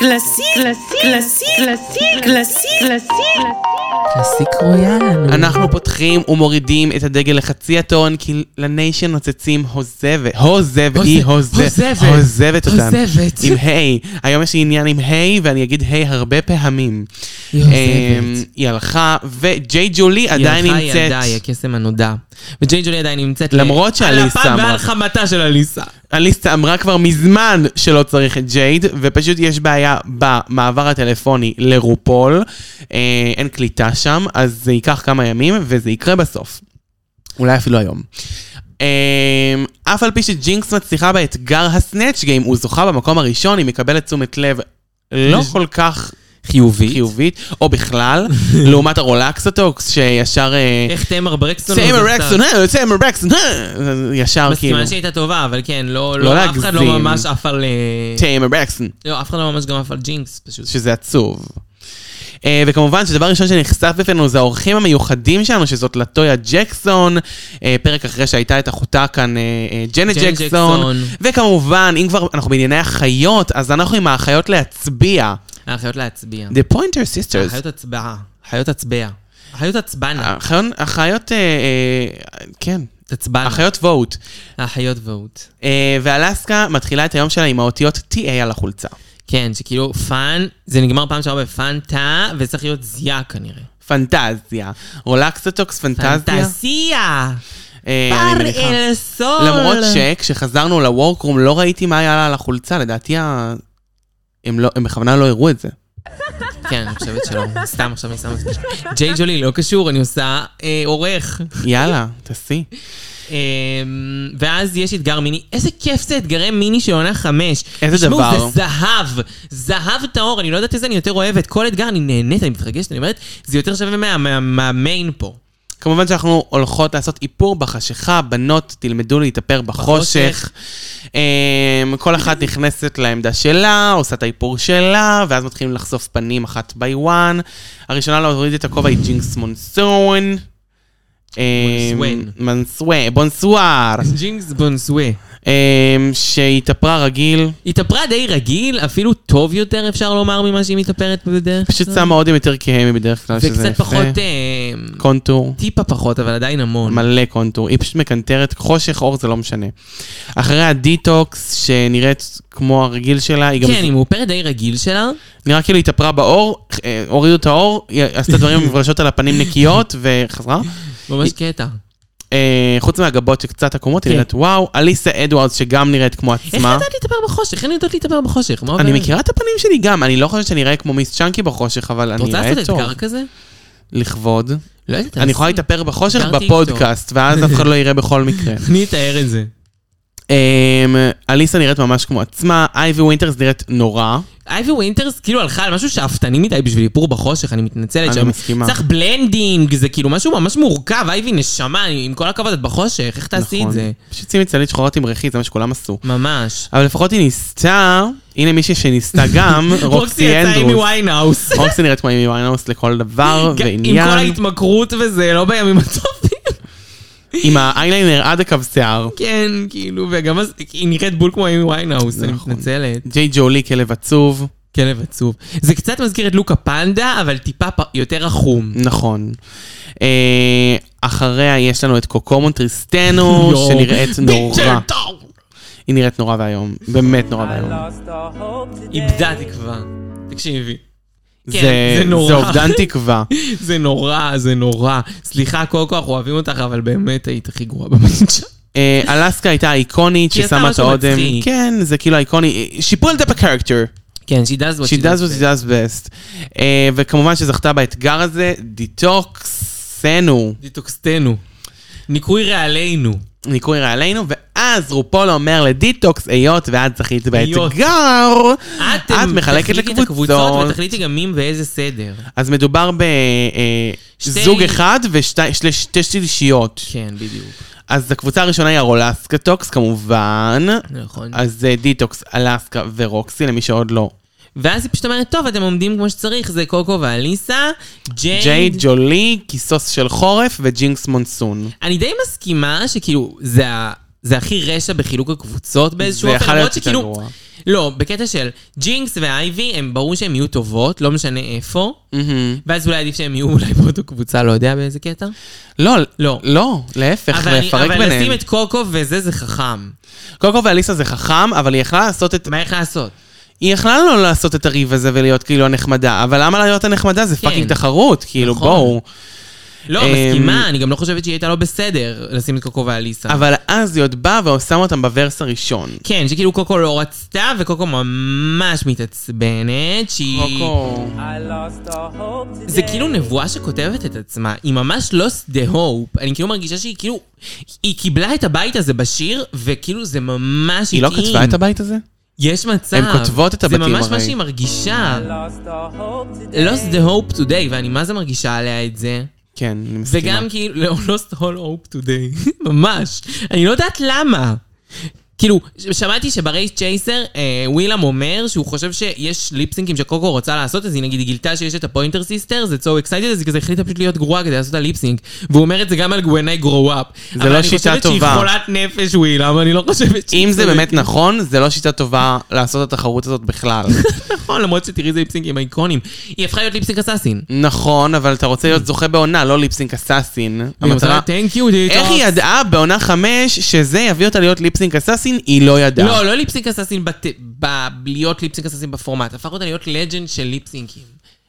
Speaker 1: Classique, classique, classique, classique, classique, classique.
Speaker 2: קלאסיק רויאלנו.
Speaker 3: אנחנו פותחים ומורידים את הדגל לחצי הטון, כי לניישן נוצצים הוזבת, הוזב, היא הוזב,
Speaker 2: הוזבת.
Speaker 3: הוזבת אותנו.
Speaker 2: הוזבת.
Speaker 3: עם היי. היום יש לי עניין עם היי, ואני אגיד היי הרבה פעמים.
Speaker 2: היא עוזבת.
Speaker 3: אמ, היא הלכה, וג'יי ג'ולי אה, עדיין
Speaker 2: היא הלכה,
Speaker 3: נמצאת.
Speaker 2: ילדה, היא הקסם הנודע. וג'יי ג'ולי עדיין נמצאת...
Speaker 3: למרות שאליסה
Speaker 2: על אפם
Speaker 3: אמרה.
Speaker 2: ועל חמתה של אליסה.
Speaker 3: אליסה אמרה כבר מזמן שלא צריך את ג'ייד, ופשוט יש בעיה במעבר הטלפוני לרופול. אה, אין קליטה שם, אז זה ייקח כמה ימים, וזה יקרה בסוף. אולי אפילו היום. אה, אף על פי שג'ינקס מצליחה באתגר הסנאצ' גיים, הוא זוכה במקום הראשון, היא מקבלת תשומת לב
Speaker 2: אה,
Speaker 3: לא כל כך
Speaker 2: חיובית.
Speaker 3: חיובית, או בכלל, לעומת הרולקסטוקס, שישר... אה,
Speaker 2: איך תמר ברקסון...
Speaker 3: סיימר
Speaker 2: לא זכתה?
Speaker 3: רקסון, אה, סיימר רקסון, אה, ישר כאילו.
Speaker 2: מסכימה שהייתה טובה, אבל כן, לא...
Speaker 3: לא
Speaker 2: לא אף אחד לא
Speaker 3: להגזים. כן.
Speaker 2: ממש עף על... אה,
Speaker 3: סיימר רקסון.
Speaker 2: לא, אף אחד לא ממש גם עף על ג'ינקס, פשוט.
Speaker 3: שזה עצוב. Uh, וכמובן שדבר ראשון שנחשף בפנינו זה האורחים המיוחדים שלנו, שזאת לטויה ג'קסון, uh, פרק אחרי שהייתה את אחותה כאן, uh, uh, ג'נט
Speaker 2: ג'נט
Speaker 3: ג'קסון.
Speaker 2: ג'קסון.
Speaker 3: וכמובן, אם כבר אנחנו בענייני החיות, אז אנחנו עם האחיות להצביע.
Speaker 2: אה, חיות להצביע.
Speaker 3: The Pointer Sisters.
Speaker 2: חיות הצבעה. חיות הצבע. חיות הצבנה.
Speaker 3: החיות, החיות אה, אה, כן,
Speaker 2: תצבנה.
Speaker 3: החיות vote.
Speaker 2: החיות ואוט.
Speaker 3: אה, ואלסקה מתחילה את היום שלה עם האותיות TA על החולצה.
Speaker 2: כן, שכאילו פאן, זה נגמר פעם שעברה בפאנטה, וצריך להיות זיה כנראה.
Speaker 3: פנטזיה. רולקסטוקס פנטזיה.
Speaker 2: פנטסיה!
Speaker 3: אה,
Speaker 2: בר
Speaker 3: אני מניחה.
Speaker 2: אל סול!
Speaker 3: למרות שכשחזרנו לוורקרום לא ראיתי מה היה לה על החולצה, לדעתי ה... הם, לא, הם בכוונה לא הראו את זה.
Speaker 2: כן, אני חושבת שלא. סתם עכשיו אני שמה את זה. ג'יי ג'ולי לא קשור, אני עושה אה, עורך.
Speaker 3: יאללה, תעשי.
Speaker 2: אה, ואז יש אתגר מיני. איזה כיף זה אתגרי מיני של עונה חמש.
Speaker 3: איזה דבר.
Speaker 2: תשמעו, זה זהב. זהב טהור, אני לא יודעת איזה אני יותר אוהבת. כל אתגר, אני נהנית, אני מתרגשת, אני אומרת, זה יותר שווה מה- מה- מהמיין פה.
Speaker 3: כמובן שאנחנו הולכות לעשות איפור בחשיכה, בנות תלמדו להתאפר בחושך.
Speaker 2: בחושך.
Speaker 3: אמ, כל אחת נכנסת לעמדה שלה, עושה את האיפור שלה, ואז מתחילים לחשוף פנים אחת ביי וואן. הראשונה להוריד את הכובע היא ג'ינקס מונסון. אמ,
Speaker 2: מונסואן.
Speaker 3: מונסואן, בונסואר.
Speaker 2: ג'ינגס בונסווה.
Speaker 3: אמ, שהתאפרה רגיל.
Speaker 2: התאפרה די רגיל, אפילו טוב יותר אפשר לומר ממה שהיא מתאפרת בדרך
Speaker 3: פשוט שמה עוד יותר כהה מבדרך כלל, שזה יפה.
Speaker 2: Mm. וקצת פחות, אה,
Speaker 3: קונטור,
Speaker 2: טיפה פחות, אבל עדיין המון.
Speaker 3: מלא קונטור. היא פשוט מקנטרת, חושך אור זה לא משנה. אחרי הדיטוקס, שנראית כמו הרגיל שלה, היא גם...
Speaker 2: כן, היא מאופרת די רגיל שלה.
Speaker 3: נראה כאילו היא התאפרה באור, אה, הורידו את האור, היא עשתה דברים מברשות על הפנים נקיות, וחזרה.
Speaker 2: ממש קטע.
Speaker 3: אה, חוץ מהגבות שקצת עקומות, היא
Speaker 2: כן.
Speaker 3: נראית וואו. אליסה אדוארדס, שגם נראית כמו
Speaker 2: איך לא
Speaker 3: עצמה.
Speaker 2: ידעת להתאפר בחושך? איך הן יודעות להתאפר בחושך? מה עובר?
Speaker 3: אני מכירה את הפנים שלי גם, אני לא חושבת שאני אראה כמו מיס צ'אנקי בחושך, אבל
Speaker 2: את
Speaker 3: אני
Speaker 2: רוצה
Speaker 3: אראה
Speaker 2: לעשות
Speaker 3: טוב.
Speaker 2: אתגר כזה?
Speaker 3: לכבוד.
Speaker 2: לא יודעת.
Speaker 3: אני יכולה להתאפר בחושך
Speaker 2: אתגר טיקטוק.
Speaker 3: בפודקאסט, ואז אף אחד לא יראה בכל מקרה.
Speaker 2: אני אתאר את זה.
Speaker 3: אמ, אליסה נראית ממש כמו עצמה, אייבי ווינטרס נראית נורא.
Speaker 2: אייבי ווינטרס כאילו הלכה על משהו שאפתני מדי בשביל איפור בחושך, אני מתנצלת.
Speaker 3: אני
Speaker 2: שם-
Speaker 3: מסכימה.
Speaker 2: צריך בלנדינג, זה כאילו משהו ממש מורכב, אייבי נשמה, אני- עם כל הכבוד, את בחושך, איך תעשי את
Speaker 3: נכון.
Speaker 2: זה?
Speaker 3: פשוט שימי צללית שחורה תמרחי, זה מה שכולם עשו.
Speaker 2: ממש.
Speaker 3: אבל לפחות היא ניסתה, הנה מישהי שניסתה גם, רוקסי
Speaker 2: יצאה עם
Speaker 3: אנדרוס. אה,
Speaker 2: ויינהאוס.
Speaker 3: רוקסי נראית כמו אימי ויינאוס לכל לא דבר
Speaker 2: עם כל
Speaker 3: ועניין.
Speaker 2: ההתמכרות וזה, לא בימים הטובים.
Speaker 3: עם האייליינר עד הקו שיער.
Speaker 2: כן, כאילו, וגם אז היא נראית בול כמו אימי ויינהאוס, אני
Speaker 3: נכון.
Speaker 2: מתנצלת.
Speaker 3: ג'יי ג'ולי כלב עצוב,
Speaker 2: כלב עצוב. זה קצת מזכיר את לוקה פנדה, אבל טיפה פ- יותר רחום.
Speaker 3: נכון. אה, אחריה יש לנו את קוקומו טריסטנו,
Speaker 2: יואו.
Speaker 3: שנראית נורא.
Speaker 2: ביטל טאון.
Speaker 3: היא נראית נורא ואיום, באמת נורא ואיום.
Speaker 2: איבדה תקווה. תקשיבי. כן,
Speaker 3: זה-
Speaker 2: זה נורא.
Speaker 3: זה אובדן תקווה.
Speaker 2: זה נורא, זה נורא. סליחה, קוקו, אנחנו אוהבים אותך, אבל באמת היית הכי גרועה במנצ'ה.
Speaker 3: אה, אלסקה הייתה איקונית
Speaker 2: היא עשתה
Speaker 3: ששמה את
Speaker 2: משהו
Speaker 3: האודם.
Speaker 2: מצחיק.
Speaker 3: כן, זה כאילו איקוני. She pulled up a character.
Speaker 2: כן, she does what
Speaker 3: She does what she does best. אה, וכמובן שזכתה באתגר הזה, דיטוקסנו.
Speaker 2: דיטוקסטנו. ניקוי רעלינו.
Speaker 3: ניקוי רעלינו, ואז רופול אומר לדיטוקס, היות ואת זכית באתגר,
Speaker 2: את
Speaker 3: את מחלקת
Speaker 2: תחליקי את
Speaker 3: לקבוצות.
Speaker 2: ותחליטי גם מי ואיזה סדר.
Speaker 3: אז מדובר
Speaker 2: שתי-
Speaker 3: בזוג אחד ושתי שלישיות.
Speaker 2: כן, בדיוק.
Speaker 3: אז הקבוצה הראשונה היא הרולסקה טוקס, כמובן.
Speaker 2: נכון.
Speaker 3: אז אה, דיטוקס, אלסקה ורוקסי, למי שעוד לא
Speaker 2: ואז היא פשוט אומרת, טוב, אתם עומדים כמו שצריך, זה קוקו ואליסה,
Speaker 3: ג'יי
Speaker 2: ג'ייד.
Speaker 3: ג'ולי, כיסוס של חורף וג'ינקס מונסון.
Speaker 2: אני די מסכימה שכאילו, זה, ה... זה הכי רשע בחילוק הקבוצות באיזשהו
Speaker 3: זה
Speaker 2: אופן.
Speaker 3: יכול
Speaker 2: למרות
Speaker 3: להיות יותר
Speaker 2: שכאילו-
Speaker 3: גרוע.
Speaker 2: לא, בקטע של ג'ינקס ואייבי, הם ברור שהן יהיו טובות, לא משנה איפה.
Speaker 3: מהמם.
Speaker 2: ואז אולי עדיף שהם יהיו אולי באותו קבוצה, לא יודע באיזה קטע.
Speaker 3: לא,
Speaker 2: לא.
Speaker 3: לא, להפך,
Speaker 2: אבל אני-
Speaker 3: לפרק
Speaker 2: אבל לשים
Speaker 3: ביניהם.
Speaker 2: את קוקו וזה, זה חכם.
Speaker 3: קוקו ואליסה זה חכם, אבל היא יכלה לעשות את...
Speaker 2: מה איך לעשות?
Speaker 3: היא יכלה לא לעשות את הריב הזה ולהיות כאילו הנחמדה, אבל למה להיות הנחמדה? זה
Speaker 2: כן.
Speaker 3: פאקינג תחרות, כאילו,
Speaker 2: נכון.
Speaker 3: בואו.
Speaker 2: לא,
Speaker 3: אמ,
Speaker 2: מסכימה, אני גם לא חושבת שהיא הייתה לא בסדר לשים את קוקו ואליסה.
Speaker 3: אבל אז היא עוד באה ושמה אותם בוורס הראשון.
Speaker 2: כן, שכאילו קוקו לא רצתה, וקוקו ממש מתעצבנת, שהיא...
Speaker 3: קוקו.
Speaker 2: זה כאילו נבואה שכותבת את עצמה, היא ממש lost the hope. אני כאילו מרגישה שהיא כאילו... היא קיבלה את הבית הזה בשיר, וכאילו זה ממש
Speaker 3: היא לא כתבה את הבית הזה?
Speaker 2: יש מצב.
Speaker 3: הן כותבות את הבתים
Speaker 2: זה ממש מה
Speaker 3: הרי.
Speaker 2: שהיא מרגישה. lost the hope today, ואני מה זה מרגישה עליה את זה?
Speaker 3: כן, אני מסכימה.
Speaker 2: וגם כאילו, לא, lost all hope today, ממש. אני לא יודעת למה. כאילו, ש- שמעתי שברייס צ'ייסר, אה, ווילם אומר שהוא חושב שיש ליפסינקים שקוקו רוצה לעשות, אז היא נגיד היא גילתה שיש את הפוינטר סיסטר, זה so excited, אז היא כזה החליטה פשוט להיות גרועה כדי לעשות את הליפסינק. והוא אומר את זה גם על גווני גרו אפ.
Speaker 3: זה לא שיטה
Speaker 2: אבל אני חושבת
Speaker 3: טובה.
Speaker 2: שהיא חולת נפש, ווילם, אני לא חושבת שהיא
Speaker 3: אם זה
Speaker 2: צודקת.
Speaker 3: באמת נכון, זה לא שיטה טובה לעשות את התחרות הזאת בכלל.
Speaker 2: נכון, למרות שתראי איזה ליפסינקים איקונים. היא הפכה להיות ליפסינק אסאסין.
Speaker 3: נכון, אבל אתה רוצה להיות זוכה בעונה, לא ליפסינק אסאסין.
Speaker 2: והיא עושה
Speaker 3: המטרה...
Speaker 2: לה, "Thank you, detox."
Speaker 3: איך היא ידעה בעונה חמש שזה יביא אותה להיות ליפסינק אסאסין? היא לא ידעה.
Speaker 2: לא, לא ליפסינק אסאסין, בת... ב... להיות ליפסינק אסאסין בפורמט, הפך אותה להיות לג'נד של ליפסינקים.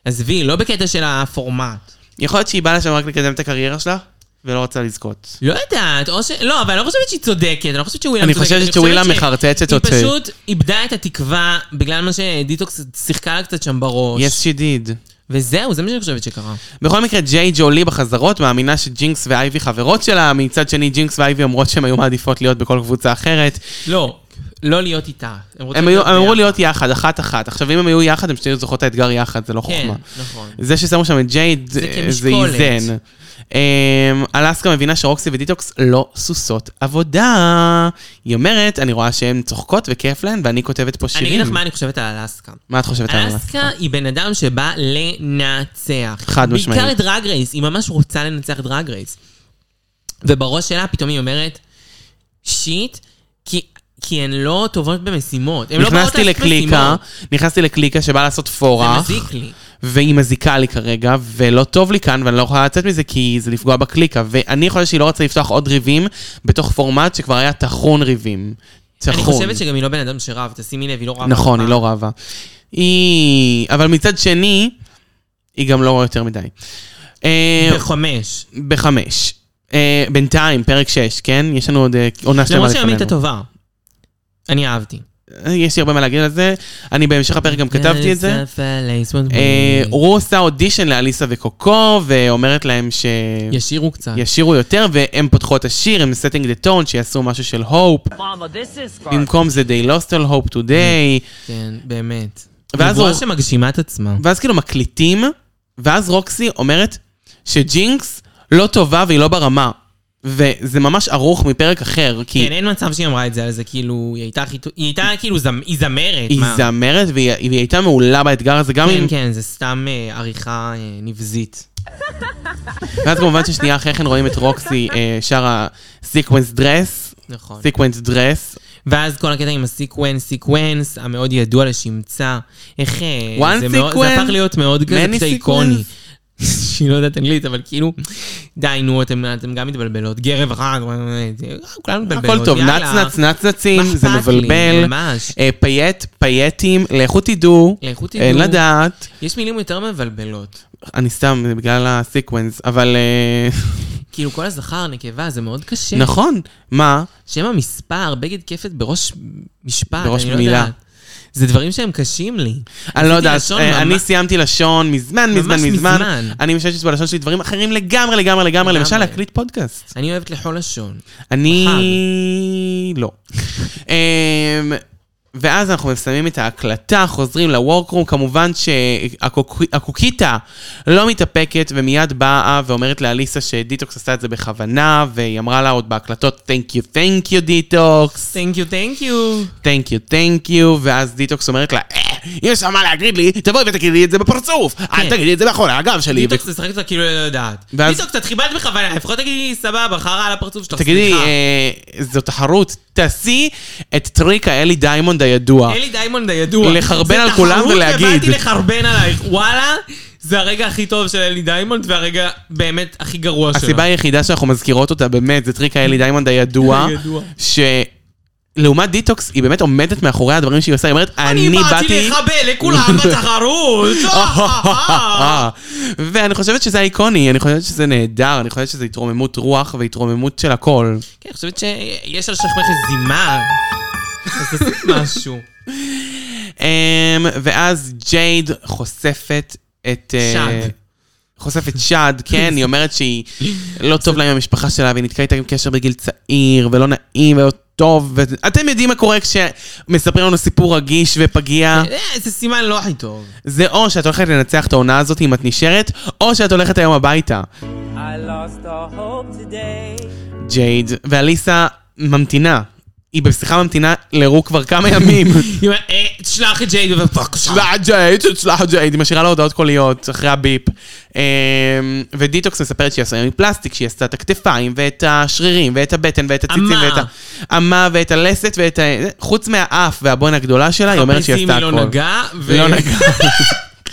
Speaker 2: עזבי, לא בקטע של הפורמט.
Speaker 3: יכול להיות שהיא באה לשם רק לקדם את הקריירה שלה, ולא רצה לזכות.
Speaker 2: לא יודעת, או ש... לא, אבל אני לא חושבת שהיא צודקת, אני לא חושבת שווילם
Speaker 3: אני
Speaker 2: צודקת.
Speaker 3: חושבת שווילם מחרטטת אותי.
Speaker 2: היא פשוט איבדה את התקווה בגלל מה שדיטוקס שיחקה לה קצת שם בראש.
Speaker 3: Yes, she did.
Speaker 2: וזהו, זה מה שאני חושבת שקרה.
Speaker 3: בכל מקרה, ג'יי ג'ולי בחזרות מאמינה שג'ינקס ואייבי חברות שלה, מצד שני ג'ינקס ואייבי אומרות שהן היו מעדיפות להיות בכל קבוצה אחרת.
Speaker 2: לא, לא להיות איתה. הם רוצים
Speaker 3: הם היו-
Speaker 2: להיות
Speaker 3: הם אמרו
Speaker 2: ביחד.
Speaker 3: להיות יחד, אחת-אחת. עכשיו, אם הם היו יחד, הם שתי זוכות האתגר יחד, זה לא חוכמה.
Speaker 2: כן, נכון.
Speaker 3: זה ששמו שם את ג'ייד,
Speaker 2: זה
Speaker 3: אה, זה
Speaker 2: כמשקולת.
Speaker 3: איזן. אמ, אלסקה מבינה שרוקסי ודיטוקס לא סוסות עבודה. היא אומרת, אני רואה שהן צוחקות וכיף להן, ואני כותבת פה
Speaker 2: אני
Speaker 3: שירים.
Speaker 2: אגיד לך מה אני חושבת על אלסקה.
Speaker 3: מה את חושבת על אלסקה?
Speaker 2: אלסקה היא בן אדם שבא לנצח.
Speaker 3: חד משמעית.
Speaker 2: בעיקר את דרג רייס, היא ממש רוצה לנצח דרג רייס. ובראש שלה פתאום היא אומרת, שיט, כי, כי הן לא טובות במשימות. הן לא באות
Speaker 3: נכנסתי
Speaker 2: לעשות
Speaker 3: לקליקה,
Speaker 2: משימות.
Speaker 3: נכנסתי לקליקה שבאה לעשות
Speaker 2: זה
Speaker 3: פורח,
Speaker 2: מזיק לי.
Speaker 3: והיא מזיקה לי כרגע, ולא טוב לי כאן, ואני לא יכולה לצאת מזה כי זה לפגוע בקליקה, ואני חושבת שהיא לא רצה לפתוח עוד ריבים בתוך פורמט שכבר היה טחון ריבים. טחון.
Speaker 2: אני חושבת שגם היא לא בן אדם שרב, תשימי לב, היא לא רבה.
Speaker 3: נכון,
Speaker 2: אף
Speaker 3: היא
Speaker 2: פעם.
Speaker 3: לא רבה. היא... אבל מצד שני, היא גם לא יותר מדי. אה,
Speaker 2: בחמש.
Speaker 3: בחמש. אה, בינתיים, פרק שש, כן? יש לנו עוד אה, עונה שלמה
Speaker 2: למרות שהיום הייתה
Speaker 3: לפנינו.
Speaker 2: טובה. לא אני אהבתי.
Speaker 3: אה, יש לי הרבה מה להגיד על זה. אני בהמשך הפרק גם כתבתי את זה. אה, רו עושה אודישן לאליסה וקוקו, ואומרת להם ש...
Speaker 2: ישירו קצת.
Speaker 3: ישירו יותר, והם פותחות את השיר, הם setting the tone, שיעשו משהו של hope.
Speaker 4: Mama, this is Scarlet.
Speaker 3: במקום זה they lost all hope today.
Speaker 2: כן, באמת.
Speaker 3: ואז
Speaker 2: נבואה
Speaker 3: הוא-
Speaker 2: שמגשימה את עצמה.
Speaker 3: ואז כאילו מקליטים, ואז רוקסי אומרת שג'ינקס לא טובה והיא לא ברמה. וזה ממש ערוך מפרק אחר, כי
Speaker 2: כן, אין מצב שהיא אמרה את זה על זה, כאילו, היא הייתה הכי... טוב- היא הייתה כאילו, זמ- היא זמרת.
Speaker 3: היא
Speaker 2: מה?
Speaker 3: זמרת והיא והיא הייתה מעולה באתגר הזה, גם אם...
Speaker 2: כן, כן, זה סתם אה, עריכה אה, נבזית.
Speaker 3: ואז כמובן ששנייה אחרי כן רואים את רוקסי אה, שרה סיקוונס דרס,
Speaker 2: נכון.
Speaker 3: סיקוונס דרס.
Speaker 2: ואז כל הקטע עם הסיקוונס, סיקוונס, המאוד ידוע לשמצה. איך... אה,
Speaker 3: One
Speaker 2: זה מאוד- זה
Speaker 3: sequence,
Speaker 2: הפך להיות מאוד כזה,
Speaker 3: many
Speaker 2: פשוט איקוני. שהיא לא יודעת אנגלית, אבל כאילו, די, נו, אתם אתם גם מתבלבלות. גרב אה, אחד, כולנו מתבלבלות.
Speaker 3: הכל טוב, נץ
Speaker 2: יאללה.
Speaker 3: נץ נץ נצים,
Speaker 2: אה, מה
Speaker 3: זה
Speaker 2: אכפת לי?
Speaker 3: מבלבל.
Speaker 2: ממש.
Speaker 3: אה, פייט, פייטים, לכו תדעו.
Speaker 2: לכו תדעו.
Speaker 3: אין לדעת.
Speaker 2: יש מילים יותר מבלבלות.
Speaker 3: אני סתם, זה בגלל הסיקוונס, אבל... אה,
Speaker 2: כאילו, כל הזכר, נקבה, זה מאוד קשה.
Speaker 3: נכון, מה?
Speaker 2: שם המספר, בגד כפת בראש משפט,
Speaker 3: בראש
Speaker 2: אני לא
Speaker 3: מילה.
Speaker 2: יודעת. זה דברים שהם קשים לי.
Speaker 3: אני לא
Speaker 2: עשיתי
Speaker 3: יודעת,
Speaker 2: לשון
Speaker 3: אה, אני
Speaker 2: ממש-
Speaker 3: סיימתי לשון מזמן, מזמן, מזמן.
Speaker 2: מזמן.
Speaker 3: אני משתמשת בלשון שלי דברים אחרים לגמרי, לגמרי, לגמרי. למשל,
Speaker 2: לגמרי.
Speaker 3: להקליט פודקאסט.
Speaker 2: אני אוהבת לחול לשון.
Speaker 3: אני... לא. אמ, ואז אנחנו מסיימים את ההקלטה, חוזרים לוורקרום, כמובן שהקוקיטה לא מתאפקת ומיד באה ואומרת לאליסה שדיטוקס עשה את זה בכוונה, והיא אמרה לה עוד בהקלטות, Thank you, thank you, דיטוקס.
Speaker 2: Thank you, thank you.
Speaker 3: Thank you, thank you, ואז דיטוקס אומרת לה, אה, יש לך מה להגיד לי, תבואי ותגידי את זה בפרצוף, אל תגידי את זה מאחורי הגב שלי.
Speaker 2: דיטוקס משחקת אותה כאילו היא לא יודעת.
Speaker 3: ואז-
Speaker 2: דיטוקס, את חיבלת בכוונה, לפחות תגידי סבבה, חרא על הפרצוף שלך,
Speaker 3: תגידי,
Speaker 2: סליחה.
Speaker 3: אה, זו תחרות, תעשי את טריק האלי דיימונד הידוע.
Speaker 2: אלי דיימונד הידוע.
Speaker 3: לחרבן
Speaker 2: זה
Speaker 3: על כולם
Speaker 2: תחרות
Speaker 3: ולהגיד.
Speaker 2: ובאתי לחרבן עלייך, וואלה, זה הרגע הכי טוב של אלי דיימונד, והרגע באמת הכי גרוע שלה.
Speaker 3: הסיבה היחידה שאנחנו מזכירות אותה באמת, זה טריק האלי דיימונד הידוע,
Speaker 2: הידוע.
Speaker 3: שלעומת דיטוקס, היא באמת עומדת מאחורי הדברים שהיא עושה, היא אומרת, אני באתי...
Speaker 2: לחבל לכולם בתחרות. אה,
Speaker 3: ואני חושבת שזה איקוני, אני חושבת שזה נהדר, אני חושבת שזה התרוממות רוח והתרוממות של הכל.
Speaker 2: כן, אני חושבת שיש על שכמכם זימה. אז תעשי משהו.
Speaker 3: אמ, ואז ג'ייד חושפת את... אה,
Speaker 2: שד.
Speaker 3: חושפת שד, כן, היא אומרת שהיא לא טוב לה עם המשפחה שלה, והיא נתקעה איתה עם קשר בגיל צעיר, ולא נעים, ולא טוב, ואתם יודעים מה קורה כשמספרים לנו סיפור רגיש ופגיע.
Speaker 2: אה, זה סימן לא הכי טוב.
Speaker 3: זה או שאת הולכת לנצח את העונה הזאת אם את נשארת, או שאת הולכת היום הביתה.
Speaker 4: I lost all hope today.
Speaker 3: ג'ייד, ואליסה ממתינה. היא בשיחה ממתינה לרו כבר כמה ימים.
Speaker 2: היא אומרת, אה, תשלח את ג'ייד בבקשה.
Speaker 3: תשלח ג'ייד, תשלח ג'ייד. היא משאירה לה הודעות קוליות אחרי הביפ. אמ, ודיטוקס מספרת שהיא עושה היום פלסטיק, שהיא עשתה את הכתפיים, ואת השרירים, ואת הבטן, ואת הציצים,
Speaker 2: אמה.
Speaker 3: ואת האמה, ואת הלסת, ואת ה... חוץ מהאף והבון הגדולה שלה, היא אומרת שהיא עשתה
Speaker 2: היא לא
Speaker 3: הכל.
Speaker 2: נגעה, ו-
Speaker 3: לא נגע.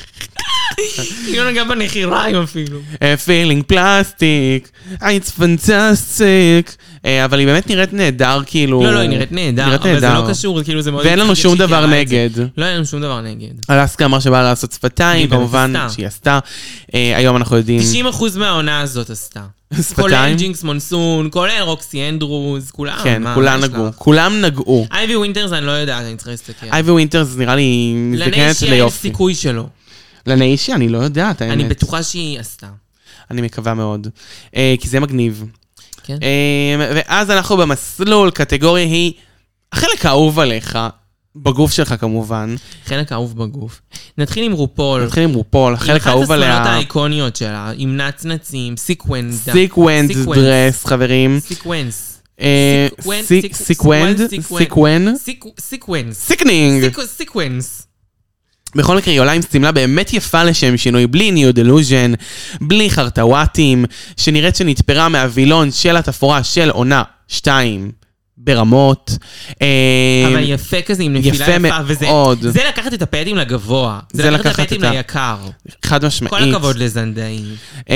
Speaker 2: היא לא נגעה בנחיריים אפילו.
Speaker 3: אה, פילינג פלסטיק, it's fantastic. אה, אבל היא באמת נראית נהדר, כאילו...
Speaker 2: לא, לא, היא נראית נהדר,
Speaker 3: נראית
Speaker 2: אבל זה
Speaker 3: נהדר.
Speaker 2: לא קשור, כאילו זה מאוד...
Speaker 3: ואין לנו
Speaker 2: מצחיק
Speaker 3: שום
Speaker 2: שהיא
Speaker 3: דבר
Speaker 2: תיארה את זה.
Speaker 3: נגד. Mm.
Speaker 2: לא, אין לנו שום דבר נגד.
Speaker 3: אלסקה אמרה שבאה לעשות שפתיים,
Speaker 2: היא באמת
Speaker 3: כמובן
Speaker 2: עשתה.
Speaker 3: שהיא עשתה. אה, היום אנחנו יודעים...
Speaker 2: 90% מהעונה הזאת עשתה.
Speaker 3: שפתיים?
Speaker 2: כולל ג'ינקס מונסון, כולל רוקסי אנדרוס, כולם.
Speaker 3: כן,
Speaker 2: אה, מה,
Speaker 3: כולם
Speaker 2: יש לה?
Speaker 3: נגעו. כולם נגעו.
Speaker 2: אייבי ווינטרס אני לא יודעת, אני צריכה להסתכל.
Speaker 3: אייבי ווינטרס כן. נראה לי
Speaker 2: לנה
Speaker 3: מזדקנת
Speaker 2: אישיה יש
Speaker 3: ליופי.
Speaker 2: סיכוי שלו.
Speaker 3: לנאישי אני לא יודעת, האמת.
Speaker 2: אני בטוחה שהיא עשתה.
Speaker 3: אני מקווה מאוד. אה, כי זה מגניב.
Speaker 2: כן.
Speaker 3: אמ, ואז אנחנו במסלול, קטגוריה היא החלק האהוב עליך, בגוף שלך כמובן.
Speaker 2: חלק האהוב בגוף. נתחיל עם רופול.
Speaker 3: נתחיל עם רופול, החלק האהוב
Speaker 2: היא אחת
Speaker 3: עליה.
Speaker 2: הסמלות האיקוניות שלה, עם נצנצים, סיקוונדה.
Speaker 3: סיקוונד
Speaker 2: סיקוונס.
Speaker 3: דרס, חברים.
Speaker 2: סיקוונס.
Speaker 3: אה,
Speaker 2: סיקוונד,
Speaker 3: סיק-
Speaker 2: סיק-
Speaker 3: סיקוונד,
Speaker 2: סיקוונד,
Speaker 3: סיקוונד,
Speaker 2: סיקו- סיקוונס.
Speaker 3: סיקנינג.
Speaker 2: סיקו- סיקוונס.
Speaker 3: בכל מקרה, היא עולה עם שמלה באמת יפה לשם שינוי, בלי ניו דלוז'ן, בלי חרטוואטים, שנראית שנתפרה מהווילון של התפאורה של עונה 2 ברמות. אה,
Speaker 2: אבל יפה כזה עם נפילה
Speaker 3: יפה
Speaker 2: יפה,
Speaker 3: מאוד.
Speaker 2: וזה זה לקחת את הפדים לגבוה. זה, לקחת את הפדים
Speaker 3: ה-
Speaker 2: ליקר.
Speaker 3: חד משמעית.
Speaker 2: כל הכבוד לזנדאי.
Speaker 3: אמ,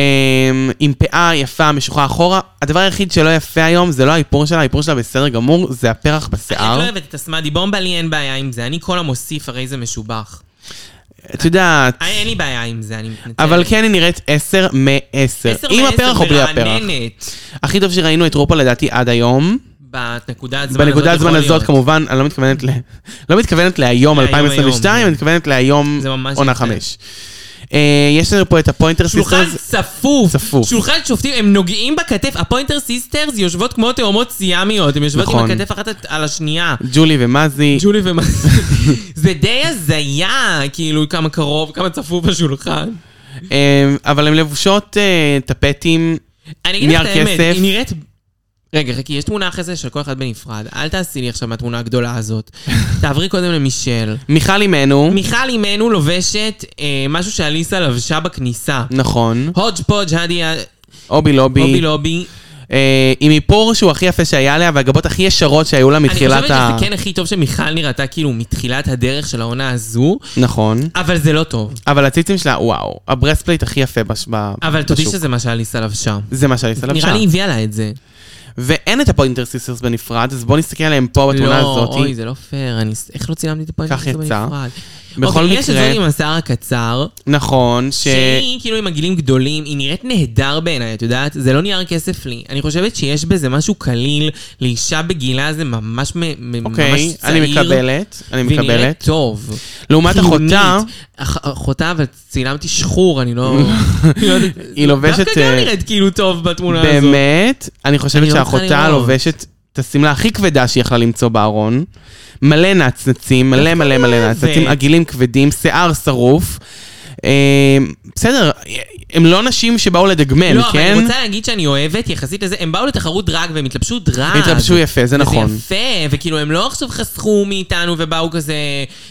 Speaker 3: עם פאה יפה, משוכה אחורה. הדבר היחיד שלא יפה היום זה לא האיפור שלה, האיפור שלה בסדר גמור, זה הפרח
Speaker 2: אני
Speaker 3: בשיער.
Speaker 2: לא אוהבת את הסמאדי בומבה, לי אין בעיה עם זה. אני כל המוסיף, הרי זה משובח.
Speaker 3: את יודעת,
Speaker 2: אה, אין לי בעיה עם זה, אני מתנצלת.
Speaker 3: אבל כן היא נראית 10 מ-10.
Speaker 2: עשר
Speaker 3: עם
Speaker 2: מעשר
Speaker 3: הפרח או בלי הפרח.
Speaker 2: מרעננת.
Speaker 3: הכי טוב שראינו את רופו לדעתי עד היום.
Speaker 2: בנקודת הזמן הזאת.
Speaker 3: בנקודת הזמן
Speaker 2: יכול
Speaker 3: הזאת
Speaker 2: להיות.
Speaker 3: כמובן, אני לא מתכוונת ל... לא מתכוונת להיום
Speaker 2: להיום,
Speaker 3: 2022,
Speaker 2: היום.
Speaker 3: אני מתכוונת להיום
Speaker 2: זה ממש
Speaker 3: עונה
Speaker 2: יפה.
Speaker 3: 5. יש לנו פה את הפוינטר
Speaker 2: שולחן
Speaker 3: סיסטרס.
Speaker 2: צפוף.
Speaker 3: צפוף.
Speaker 2: שולחן שופטים, הם נוגעים בכתף. הפוינטר סיסטרס יושבות כמו תאומות סיאמיות. הן יושבות עם
Speaker 3: נכון.
Speaker 2: הכתף אחת על השנייה.
Speaker 3: ג'ולי ומזי,
Speaker 2: ג'ולי ומה... זה די הזיה, כאילו, כמה קרוב, כמה צפוף השולחן.
Speaker 3: אה, אבל הן לבושות אה, טפטים.
Speaker 2: אני אגיד לך את
Speaker 3: נייר
Speaker 2: האמת,
Speaker 3: כסף.
Speaker 2: היא נראית... רגע, חכי, יש תמונה אחרי זה של כל אחד בנפרד. אל תעשי לי עכשיו מהתמונה הגדולה הזאת. תעברי קודם למישל.
Speaker 3: מיכל אימנו,
Speaker 2: מיכל אימנו לובשת אה, משהו שאליסה לבשה בכניסה.
Speaker 3: נכון,
Speaker 2: הודג' פודג' הדי הובי
Speaker 3: אובי לובי,
Speaker 2: לובי.
Speaker 3: אה, עם איפור שהוא הכי יפה שהיה עליה, והגבות הכי ישרות שהיו לה
Speaker 2: אני חושבת
Speaker 3: מתחילת ה...
Speaker 2: שזה כן הכי טוב שמיכל נראתה כאילו מתחילת הדרך של העונה הזו,
Speaker 3: נכון,
Speaker 2: אבל זה לא טוב.
Speaker 3: אבל הציצים שלה, וואו, הברספלייט הכי יפה בש- ב-
Speaker 2: אבל תודי
Speaker 3: בשוק.
Speaker 2: שזה מה שאליסה לבשה.
Speaker 3: זה מה שאני סלבשה.
Speaker 2: נראה לי הביאה לה את זה.
Speaker 3: ואין את הפוינטר סיסטרס בנפרד, אז בואו נסתכל עליהם פה
Speaker 2: לא,
Speaker 3: בתמונה הזאת.
Speaker 2: אוי, זה לא פייר, אני... איך לא צילמתי את הפוינטר
Speaker 3: כך
Speaker 2: הזה
Speaker 3: יצא.
Speaker 2: בנפרד?
Speaker 3: בכל
Speaker 2: אוקיי, יש את
Speaker 3: מקרה-
Speaker 2: זאת עם השיער הקצר,
Speaker 3: נכון, ש...
Speaker 2: שהיא כאילו עם הגילים גדולים, היא נראית נהדר בעיניי, את יודעת? זה לא נייר כסף לי. אני חושבת שיש בזה משהו קליל, לאישה בגילה זה ממש מ- מ- ממש צעיר.
Speaker 3: אוקיי, אני מקבלת, אני
Speaker 2: והיא נראית
Speaker 3: מקבלת.
Speaker 2: טוב.
Speaker 3: לעומת
Speaker 2: חיונית.
Speaker 3: אחותה,
Speaker 2: אח- אחותה, אבל צילמתי שחור, אני לא... אני לא יודעת.
Speaker 3: היא לובשת...
Speaker 2: דווקא גם
Speaker 3: אה,
Speaker 2: נראית כאילו טוב בתמונה הזאת.
Speaker 3: באמת, אני חושבת
Speaker 2: אני לא- רוצה
Speaker 3: שאחותה
Speaker 2: לראות.
Speaker 3: לובשת את השמלה הכי כבדה שהיא יכלה למצוא בארון. מלא נצנצים, מלא מלא מלא נצנצים, עגילים כבדים, שיער שרוף. אה, בסדר, הם לא נשים שבאו לדגמן,
Speaker 2: לא, אבל
Speaker 3: כן?
Speaker 2: אני רוצה להגיד שאני אוהבת יחסית לזה, הם באו לתחרות דרג והם התלבשו דרג.
Speaker 3: התלבשו יפה, זה נכון.
Speaker 2: זה יפה, וכאילו הם לא עכשיו חסכו מאיתנו ובאו כזה,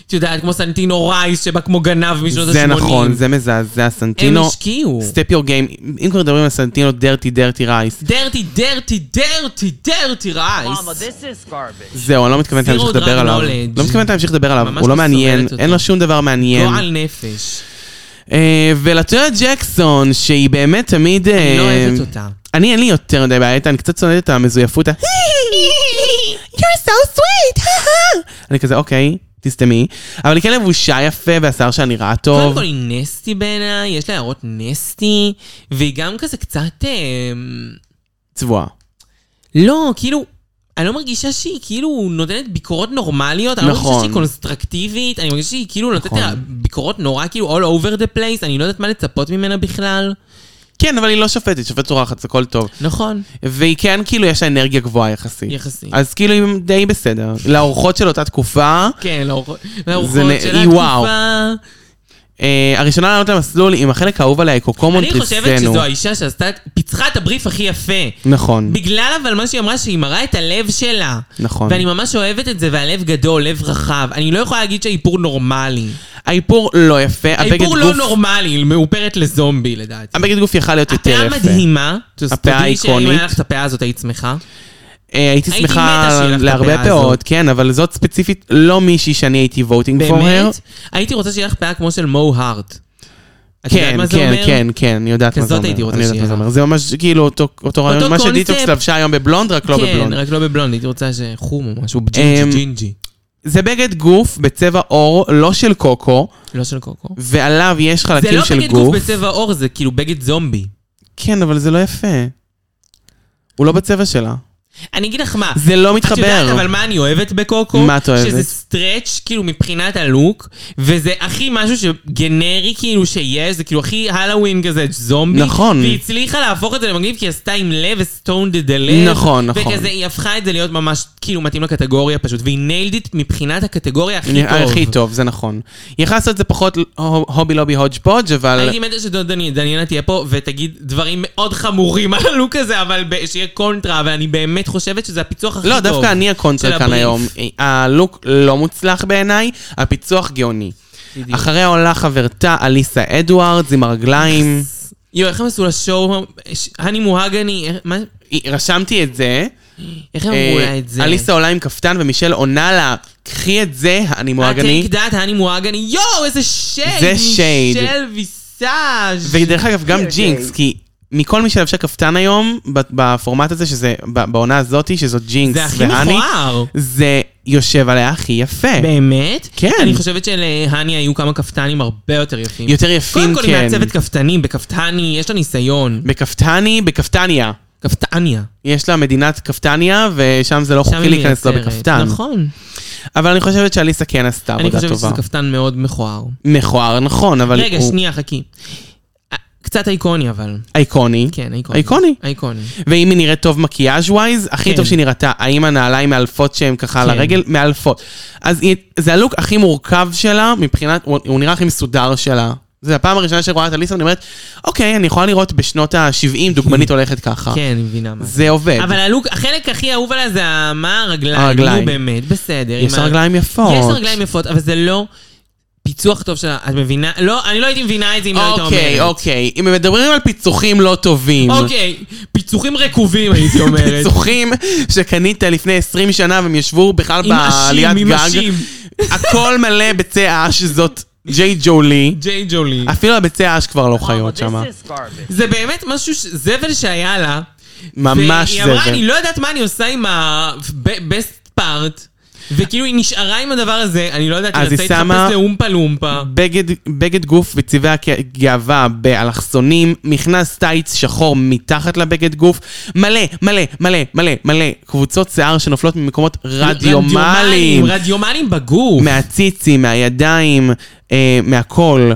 Speaker 2: את יודעת, כמו סנטינו רייס שבא כמו גנב משנות ה-80.
Speaker 3: זה נכון, זה מזעזע,
Speaker 2: הם
Speaker 3: סנטינו.
Speaker 2: השקיעו.
Speaker 3: סטפ יור גיים, אם כבר מדברים על סנטינו, דרטי דרטי רייס.
Speaker 2: דרטי, דרטי, דרטי, דרטי
Speaker 4: Mama,
Speaker 2: רייס. לא
Speaker 4: this is garbage.
Speaker 3: זהו, אני לא מתכוונת
Speaker 2: Zero
Speaker 3: להמשיך לדבר
Speaker 2: drug
Speaker 3: עליו.
Speaker 2: knowledge.
Speaker 3: לא מתכוונת להמשיך לדבר עליו,
Speaker 2: ממש
Speaker 3: הוא לא
Speaker 2: מסמלת
Speaker 3: מעניין,
Speaker 2: אותו. לא,
Speaker 3: אין לו שום דבר מעניין.
Speaker 2: גועל נפש.
Speaker 3: אה, ולטויה ג'קסון, שהיא באמת תמיד... אה,
Speaker 2: אני לא אוהבת אותה.
Speaker 3: אני, אין לי יותר מדי בעיה איתה, אני קצת שונאת את המזויפות ה... You're so sweet! אני כזה, אוקיי, תסתמי. אבל היא כן לבושה יפה, והשיער שלה נראה
Speaker 2: קודם
Speaker 3: טוב.
Speaker 2: כל היא נסטי בעיניי, יש לה הערות נסטי, והיא גם כזה קצת... אמ,
Speaker 3: צבועה.
Speaker 2: לא, כאילו, אני לא מרגישה שהיא כאילו נותנת ביקורות נורמליות, אני לא
Speaker 3: נכון.
Speaker 2: מרגישה שהיא קונסטרקטיבית, אני מרגישה שהיא כאילו נותנת
Speaker 3: נכון.
Speaker 2: לה ביקורות נורא כאילו all over the place, אני לא יודעת מה לצפות ממנה בכלל.
Speaker 3: כן, אבל היא לא שופטת, שופטת אורחת, זה הכל טוב.
Speaker 2: נכון.
Speaker 3: והיא כן, כאילו, יש לה אנרגיה גבוהה יחסית.
Speaker 2: יחסית.
Speaker 3: אז כאילו, היא די בסדר. לאורחות של אותה תקופה,
Speaker 2: כן, לאורחות לאורחות
Speaker 3: נ-
Speaker 2: של
Speaker 3: היא וואו.
Speaker 2: התקופה.
Speaker 3: אה, הראשונה לעלות למסלול עם החלק האהוב עליה, קוקומון
Speaker 2: אני חושבת
Speaker 3: טריסנו.
Speaker 2: שזו האישה שעשתה, פיצחה את הבריף הכי יפה.
Speaker 3: נכון.
Speaker 2: בגלל אבל מה שהיא אמרה, שהיא מראה את הלב שלה.
Speaker 3: נכון.
Speaker 2: ואני ממש אוהבת את זה, והלב גדול, לב רחב. אני לא יכולה להגיד שהאיפור נורמלי.
Speaker 3: האיפור לא יפה, הבגד
Speaker 2: האיפור לא
Speaker 3: גוף...
Speaker 2: נורמלי, היא מאופרת לזומבי לדעתי.
Speaker 3: הבגד גוף יכל להיות יותר
Speaker 2: הפאה
Speaker 3: יפה.
Speaker 2: מדהימה.
Speaker 3: הפאה
Speaker 2: תודי שאם
Speaker 3: איקונית.
Speaker 2: היה לך את הפאה הזאת, היית שמחה.
Speaker 3: אה, הייתי
Speaker 2: הייתי
Speaker 3: שמחה
Speaker 2: מתה שיהיה לך את
Speaker 3: להרבה
Speaker 2: הפאה
Speaker 3: פאות,
Speaker 2: הזאת.
Speaker 3: כן, אבל זאת ספציפית לא מישהי שאני הייתי voting for her.
Speaker 2: באמת? הייתי רוצה שיהיה לך פאה כמו של מו הארט. את יודעת
Speaker 3: כן,
Speaker 2: מה זה
Speaker 3: כן,
Speaker 2: אומר?
Speaker 3: כן, כן, אני יודעת מה זה
Speaker 2: כזאת
Speaker 3: אומר.
Speaker 2: הייתי רוצה
Speaker 3: אני יודעת
Speaker 2: שיהיה
Speaker 3: מה זה
Speaker 2: לך.
Speaker 3: אומר. זה ממש כאילו אותו אותו רעיון, מה
Speaker 2: קונספט.
Speaker 3: שדיטוקס לבשה היום בבלונד, רק לא
Speaker 2: כן,
Speaker 3: בבלונד.
Speaker 2: רק לא בבלונד, הייתי רוצה שחום או משהו, ג'ינג'י,
Speaker 3: אמ,
Speaker 2: ג'ינג'י.
Speaker 3: זה בגד גוף בצבע עור, לא של קוקו,
Speaker 2: לא של קוקו.
Speaker 3: ועליו יש
Speaker 2: זה
Speaker 3: חלקים
Speaker 2: לא
Speaker 3: של
Speaker 2: בגד גוף
Speaker 3: גוף.
Speaker 2: בצבע עור, זה כאילו בגד זומבי.
Speaker 3: כן, אבל זה לא יפה. הוא לא בצבע שלה.
Speaker 2: אני אגיד לך מה,
Speaker 3: זה לא
Speaker 2: את יודעת אבל
Speaker 3: מתחבר.
Speaker 2: מה אני אוהבת בקוקו?
Speaker 3: מה את אוהבת?
Speaker 2: שזה סטרץ' כאילו מבחינת הלוק, וזה הכי משהו שגנרי כאילו שיש, זה כאילו הכי הלואוין כזה זומבי.
Speaker 3: נכון.
Speaker 2: והיא הצליחה להפוך את זה למגניב כי היא עשתה עם לב וסטונד את הלב.
Speaker 3: נכון, נכון.
Speaker 2: וכזה היא הפכה את זה להיות ממש כאילו מתאים לקטגוריה פשוט, והיא ניילד את מבחינת הקטגוריה הכי טוב.
Speaker 3: הכי טוב, זה נכון. היא יכולה לעשות את זה פחות הובי לובי הודג' פודג', אבל...
Speaker 2: הייתי מתה שדניאנה תהיה פה ותגיד דברים מאוד חמורים על הלוק הזה, אבל ב- שיהיה קונטרה, ואני באמת חושבת שזה הפיצוח הכי טוב.
Speaker 3: לא, דווקא אני
Speaker 2: של
Speaker 3: הקונטרה כאן
Speaker 2: הבריף.
Speaker 3: היום. הלוק לא מוצלח בעיניי, הפיצוח גאוני.
Speaker 2: בדיוק.
Speaker 3: אחריה עולה חברתה אליסה אדוארדס עם הרגליים.
Speaker 2: יואו, איך הם עשו לשואו, ש- האני מוהגני, איך- מה-
Speaker 3: היא- רשמתי את זה.
Speaker 2: איך הם אמרו
Speaker 3: אה,
Speaker 2: לה את זה?
Speaker 3: אליסה עולה עם קפטן ומישל עונה לה, קחי את זה, אני
Speaker 2: מוהגני.
Speaker 3: מוהגני.
Speaker 2: הטייק דאט, האני מוהגני, יואו, איזה שייד!
Speaker 3: זה שייד.
Speaker 2: של ויסאז'.
Speaker 3: ודרך אגב, גם ג'ינקס, כי מכל מי שלבשה קפטן היום, ב- בפורמט הזה, שזה ב- בעונה הזאתי, שזו ג'ינקס
Speaker 2: זה הכי
Speaker 3: והני,
Speaker 2: מכוער.
Speaker 3: זה יושב עליה הכי יפה.
Speaker 2: באמת?
Speaker 3: כן.
Speaker 2: אני חושבת שלהני היו כמה כפתנים הרבה יותר יפים.
Speaker 3: יותר יפים,
Speaker 2: קודם כל, היא
Speaker 3: כן.
Speaker 2: מעצבת כפתנים, בקפתני, יש לה ניסיון.
Speaker 3: בקפטני, בקפטניה.
Speaker 2: קפתניה.
Speaker 3: יש לה מדינת קפטניה, ושם זה לא
Speaker 2: שם
Speaker 3: חוקי
Speaker 2: היא
Speaker 3: להיכנס לו
Speaker 2: מייצרת.
Speaker 3: בקפטן.
Speaker 2: נכון. אבל
Speaker 3: אבל אני חושבת שאליסה כן עשתה
Speaker 2: אני
Speaker 3: עבודה
Speaker 2: חושבת שזה
Speaker 3: טובה.
Speaker 2: קפתן מאוד מכוער.
Speaker 3: מכוער, נכון, אבל
Speaker 2: רגע,
Speaker 3: הוא
Speaker 2: שנייה, חכי. אה, קצת איקוני אבל.
Speaker 3: איקוני.
Speaker 2: כן, איקוני.
Speaker 3: איקוני.
Speaker 2: איקוני.
Speaker 3: ואם היא נראית טוב מקיאז' ווייז, הכי
Speaker 2: כן.
Speaker 3: טוב שהיא נראתה. האם הנעליים מאלפות שהן ככה על
Speaker 2: כן.
Speaker 3: הרגל? מאלפות. אז היא- זה הלוק הכי מורכב שלה, מבחינת, הוא הוא נראה הכי מסודר שלה. זה הפעם הראשונה שרואה את אליסה, אני אומרת, אוקיי, אני יכולה לראות בשנות ה-70 דוגמנית הולכת ככה.
Speaker 2: כן, אני מבינה מה. זה.
Speaker 3: אה. זה עובד.
Speaker 2: אבל הלוק, החלק הכי אהוב עליה זה ה- מה הרגליים.
Speaker 3: הרגליים.
Speaker 2: נו, באמת, בסדר.
Speaker 3: יש
Speaker 2: עם
Speaker 3: לה
Speaker 2: ה-
Speaker 3: רגליים יפות.
Speaker 2: יש לה רגליים יפות, אבל זה לא פיצוח טוב שלה. את מבינה? לא, אני לא הייתי מבינה את זה אם לא היית אומרת.
Speaker 3: אוקיי, אוקיי. אם מדברים על פיצוחים לא טובים.
Speaker 2: אוקיי, פיצוחים רקובים הייתי אומרת.
Speaker 3: פיצוחים שקנית לפני 20 שנה והם ישבו בכלל
Speaker 2: עם אשים,
Speaker 3: בעליית
Speaker 2: עם
Speaker 3: גג.
Speaker 2: אשים.
Speaker 3: הכל מלא ביצי אש, זאת ג'יי ג'ולי.
Speaker 2: ג'יי ג'ולי.
Speaker 3: אפילו הביצי אש כבר לא
Speaker 4: Mama,
Speaker 3: חיות שם.
Speaker 4: this is garbage.
Speaker 2: זה באמת משהו, ש- זבל שהיה לה.
Speaker 3: ממש
Speaker 2: והיא אמרה,
Speaker 3: זבל.
Speaker 2: אני לא יודעת מה אני עושה עם ה-best part, וכאילו היא נשארה עם הדבר הזה, אני לא יודעת,
Speaker 3: אז
Speaker 2: היא
Speaker 3: היא
Speaker 2: רצה
Speaker 3: שמה-
Speaker 2: להתחפש לאומפה לומפה.
Speaker 3: בגד, בגד גוף בצבעי הגאווה באלכסונים, מכנס טייץ שחור מתחת לבגד גוף, מלא, מלא, מלא, מלא, מלא קבוצות שיער שנופלות ממקומות רדיומליים,
Speaker 2: רדיומלים בגוף.
Speaker 3: מהציצים, מהידיים, אה, מהכל.